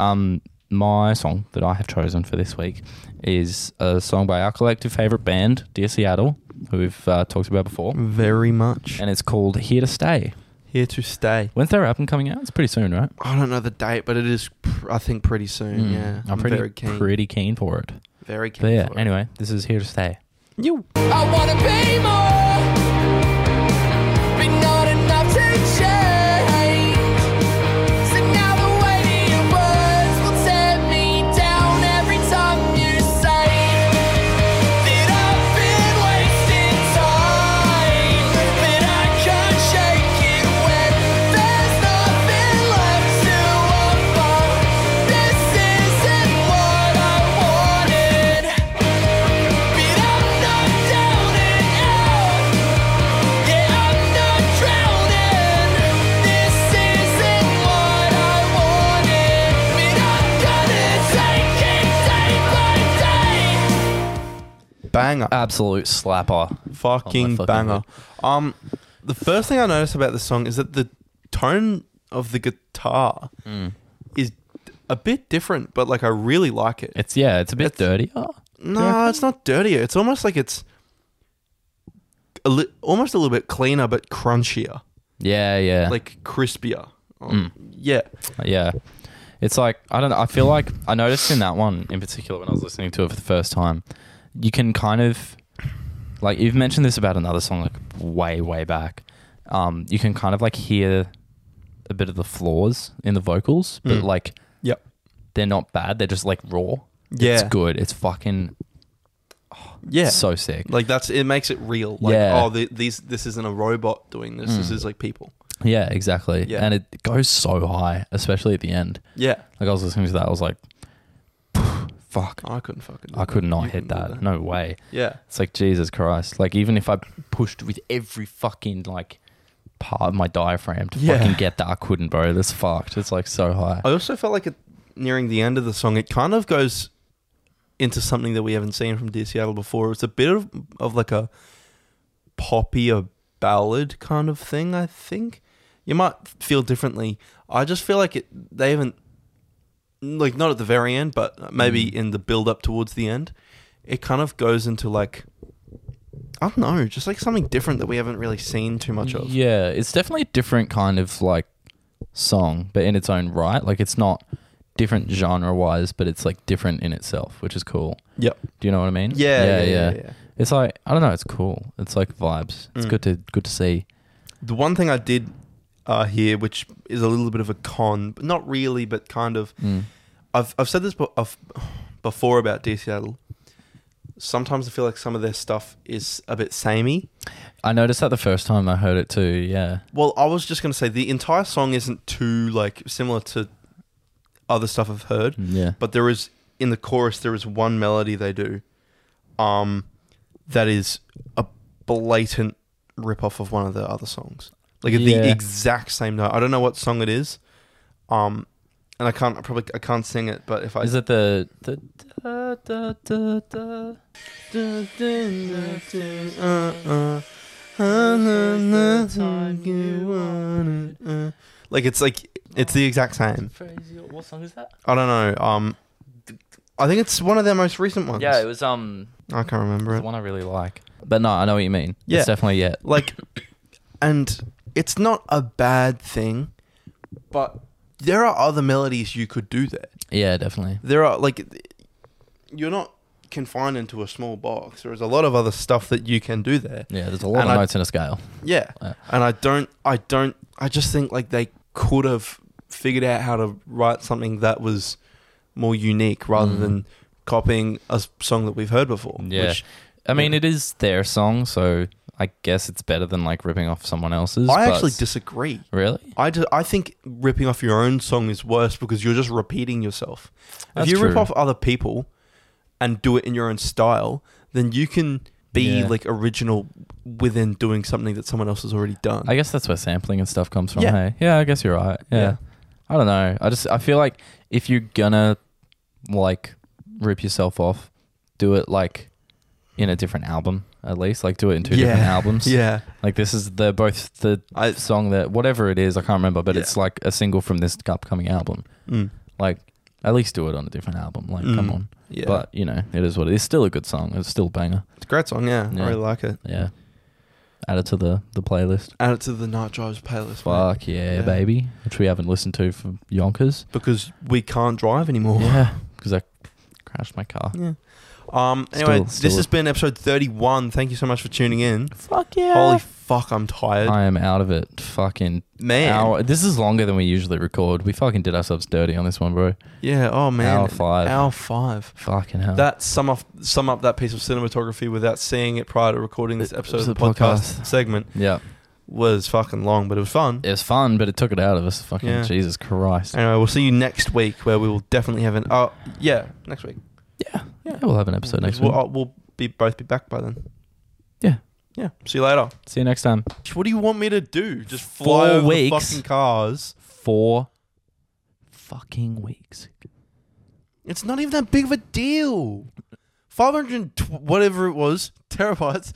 B: Um, my song that I have chosen for this week is a song by our collective favorite band, Dear Seattle, who we've uh, talked about before,
A: Very much
B: and it's called "Here to Stay."
A: here to stay.
B: When's their album coming out? It's pretty soon, right?
A: I don't know the date, but it is, pr- I think, pretty soon.
B: Mm.
A: Yeah,
B: I'm, pretty
A: very keen.
B: pretty keen for it.
A: very
B: But
A: keen.
B: yeah,
A: for it.
B: anyway, this is "Here to Stay."
A: You.
C: I wanna be more, but not enough to change. So now the weight of your words will tear me down every time you say that I've been wasting time, that I can't shake it when there's nothing left to offer. This isn't what I wanted. But I'm not drowning out. Yeah, I'm not drowning. This isn't what I wanted. But I'm gonna take it day by day.
A: Banger.
B: Absolute slapper.
A: fucking,
B: Oh, fucking
A: banger. Um, the first thing I noticed about this song is that the tone of the guitar is a bit different, but like I really like it.
B: It's yeah, it's a bit dirty. Oh. dirtier.
A: No, it's not dirtier. It's almost like it's a li- almost a little bit cleaner, but crunchier,
B: Yeah, yeah. Mm.
A: like crispier. Um, Yeah.
B: Yeah. It's like I don't know, I feel like I noticed in that one in particular when I was listening to it for the first time, you can kind of like you've mentioned this about another song like way, way back. Um, you can kind of like hear a bit of the flaws in the vocals, but like
A: Mm. Yep.
B: they're not bad, they're just like raw. It's
A: Yeah.
B: good. It's fucking
A: Yeah.
B: so sick.
A: Like that's it makes it real. Like
B: Yeah. Mm.
A: oh, the, these this isn't a robot doing this. This is like people.
B: Yeah, exactly.
A: Yeah.
B: And it goes so high, especially at the end.
A: Yeah,
B: Like I was listening to that, I was like fuck.
A: I couldn't fucking. Do
B: I could
A: You
B: not
A: couldn't
B: hit
A: do
B: that. No way.
A: Yeah,
B: It's like Jesus Christ. Like even if I pushed with every fucking like part of my diaphragm to
A: Yeah.
B: fucking get that. I couldn't, bro. That's fucked. It's like so high.
A: I also felt like it, nearing the end of the song, it kind of goes into something that we haven't seen from Dear Seattle before. It's a bit of, of like a poppy, a ballad kind of thing, I think. You might feel differently. I just feel like it, they haven't, like, not at the very end, but maybe in the build up towards the end, it kind of goes into like, I don't know, just like something different that we haven't really seen too much of.
B: Yeah, it's definitely a different kind of like song, but in its own right. Like it's not different genre wise, but it's like different in itself, which is cool.
A: Yep.
B: Do you know what I mean?
A: Yeah, yeah, yeah, yeah.
B: It's like I don't know. It's cool. It's like vibes. It's
A: Mm.
B: good to good to see.
A: The one thing I did uh, here, which is a little bit of a con, but not really, but kind of,
B: Mm.
A: I've I've said this be- of- before about DC Seattle. Sometimes I feel like some of their stuff is a bit samey.
B: I noticed that the first time I heard it too. Yeah.
A: Well, I was just gonna say the entire song isn't too like similar to other stuff I've heard,
B: Yeah.
A: but there is in the chorus there is one melody they do, um, that is a blatant rip off of one of the other songs. Like at
B: Yeah.
A: the exact same note. I don't know what song it is, um, and I can't I probably I can't sing it. But if I
B: Is it the the da, da, da, da.
A: uh, uh. like it's like it's the exact same.
B: What song is that?
A: I don't know. Um, I think it's one of their most recent ones.
B: Yeah, it was um
A: I can't
B: it
A: remember
B: was
A: it.
B: one I really like. But no, I know what you mean.
A: Yeah.
B: It's definitely yeah.
A: Like, and it's not a bad thing, but there are other melodies you could do there.
B: Yeah, definitely.
A: there are like you're not confined into a small box. There's a lot of other stuff that you can do there.
B: Yeah, there's a lot
A: And
B: of
A: I-
B: notes in a scale.
A: Yeah.
B: Yeah.
A: And I don't I don't I just think like they could have figured out how to write something that was more unique rather
B: Mm.
A: than copying a s- song that we've heard before.
B: Yeah.
A: which
B: I mean,
A: Yeah.
B: it is their song, so I guess it's better than like ripping off someone else's.
A: I
B: but-
A: actually disagree.
B: really.
A: I, ju- I think ripping off your own song is worse because you're just repeating yourself.
B: That's
A: if you rip
B: true.
A: off other people and do it in your own style, then you can be
B: Yeah.
A: like original within doing something that someone else has already done.
B: I guess that's where sampling and stuff comes from.
A: Yeah.
B: Hey, yeah, I guess you're right. Yeah.
A: Yeah.
B: I don't know. I just I feel like if you're gonna like rip yourself off, do it like in a different album at least. Like do it in two different
A: Yeah.
B: albums.
A: yeah.
B: Like this is they're both the
A: I-
B: song that whatever it is I can't remember, but
A: Yeah.
B: it's like a single from this upcoming album.
A: Mm.
B: Like at least do it on a different album. Like come
A: Mm.
B: on.
A: Yeah.
B: But you know it is what it is. Still a good song. It's still a banger.
A: it's a great song, yeah.
B: Yeah.
A: I really like it.
B: Yeah. Add it to the the playlist.
A: Add it to the Night Drives playlist. mate,
B: Fuck yeah,
A: Yeah.
B: baby, which we haven't listened to for Yonkers.
A: because we can't drive anymore.
B: Yeah, because I crashed my car.
A: Yeah. Um anyway,
B: Still-
A: this
B: still-
A: has been episode 31. Thank you so much for tuning in.
B: Fuck yeah!
A: Holy fuck, I'm tired.
B: I am out of it. Fucking
A: man.
B: hour. This is longer than we usually record. We fucking did ourselves dirty on this one, bro.
A: Yeah, oh man.
B: Hour five.
A: Hour 5.
B: Fucking hell.
A: that sum up sum up that piece of cinematography without seeing it prior to recording this
B: It-
A: episode
B: it's
A: of the
B: a
A: podcast,
B: podcast.
A: segment
B: yeah,
A: was fucking long, but it was fun.
B: it was fun, but it took it out of us. Fucking
A: Yeah.
B: Jesus Christ.
A: Anyway, we'll see you next week where we will definitely have an oh yeah next week.
B: Yeah, yeah. We'll have an episode next
A: we'll,
B: week.
A: uh, we'll be both be back by then.
B: Yeah.
A: Yeah. See you later.
B: See you next time.
A: What do you want me to do? Just
B: Four
A: fly over the
B: weeks.
A: fucking cars?
B: Four fucking weeks.
A: It's not even that big of a deal. Five hundred whatever it was terabytes.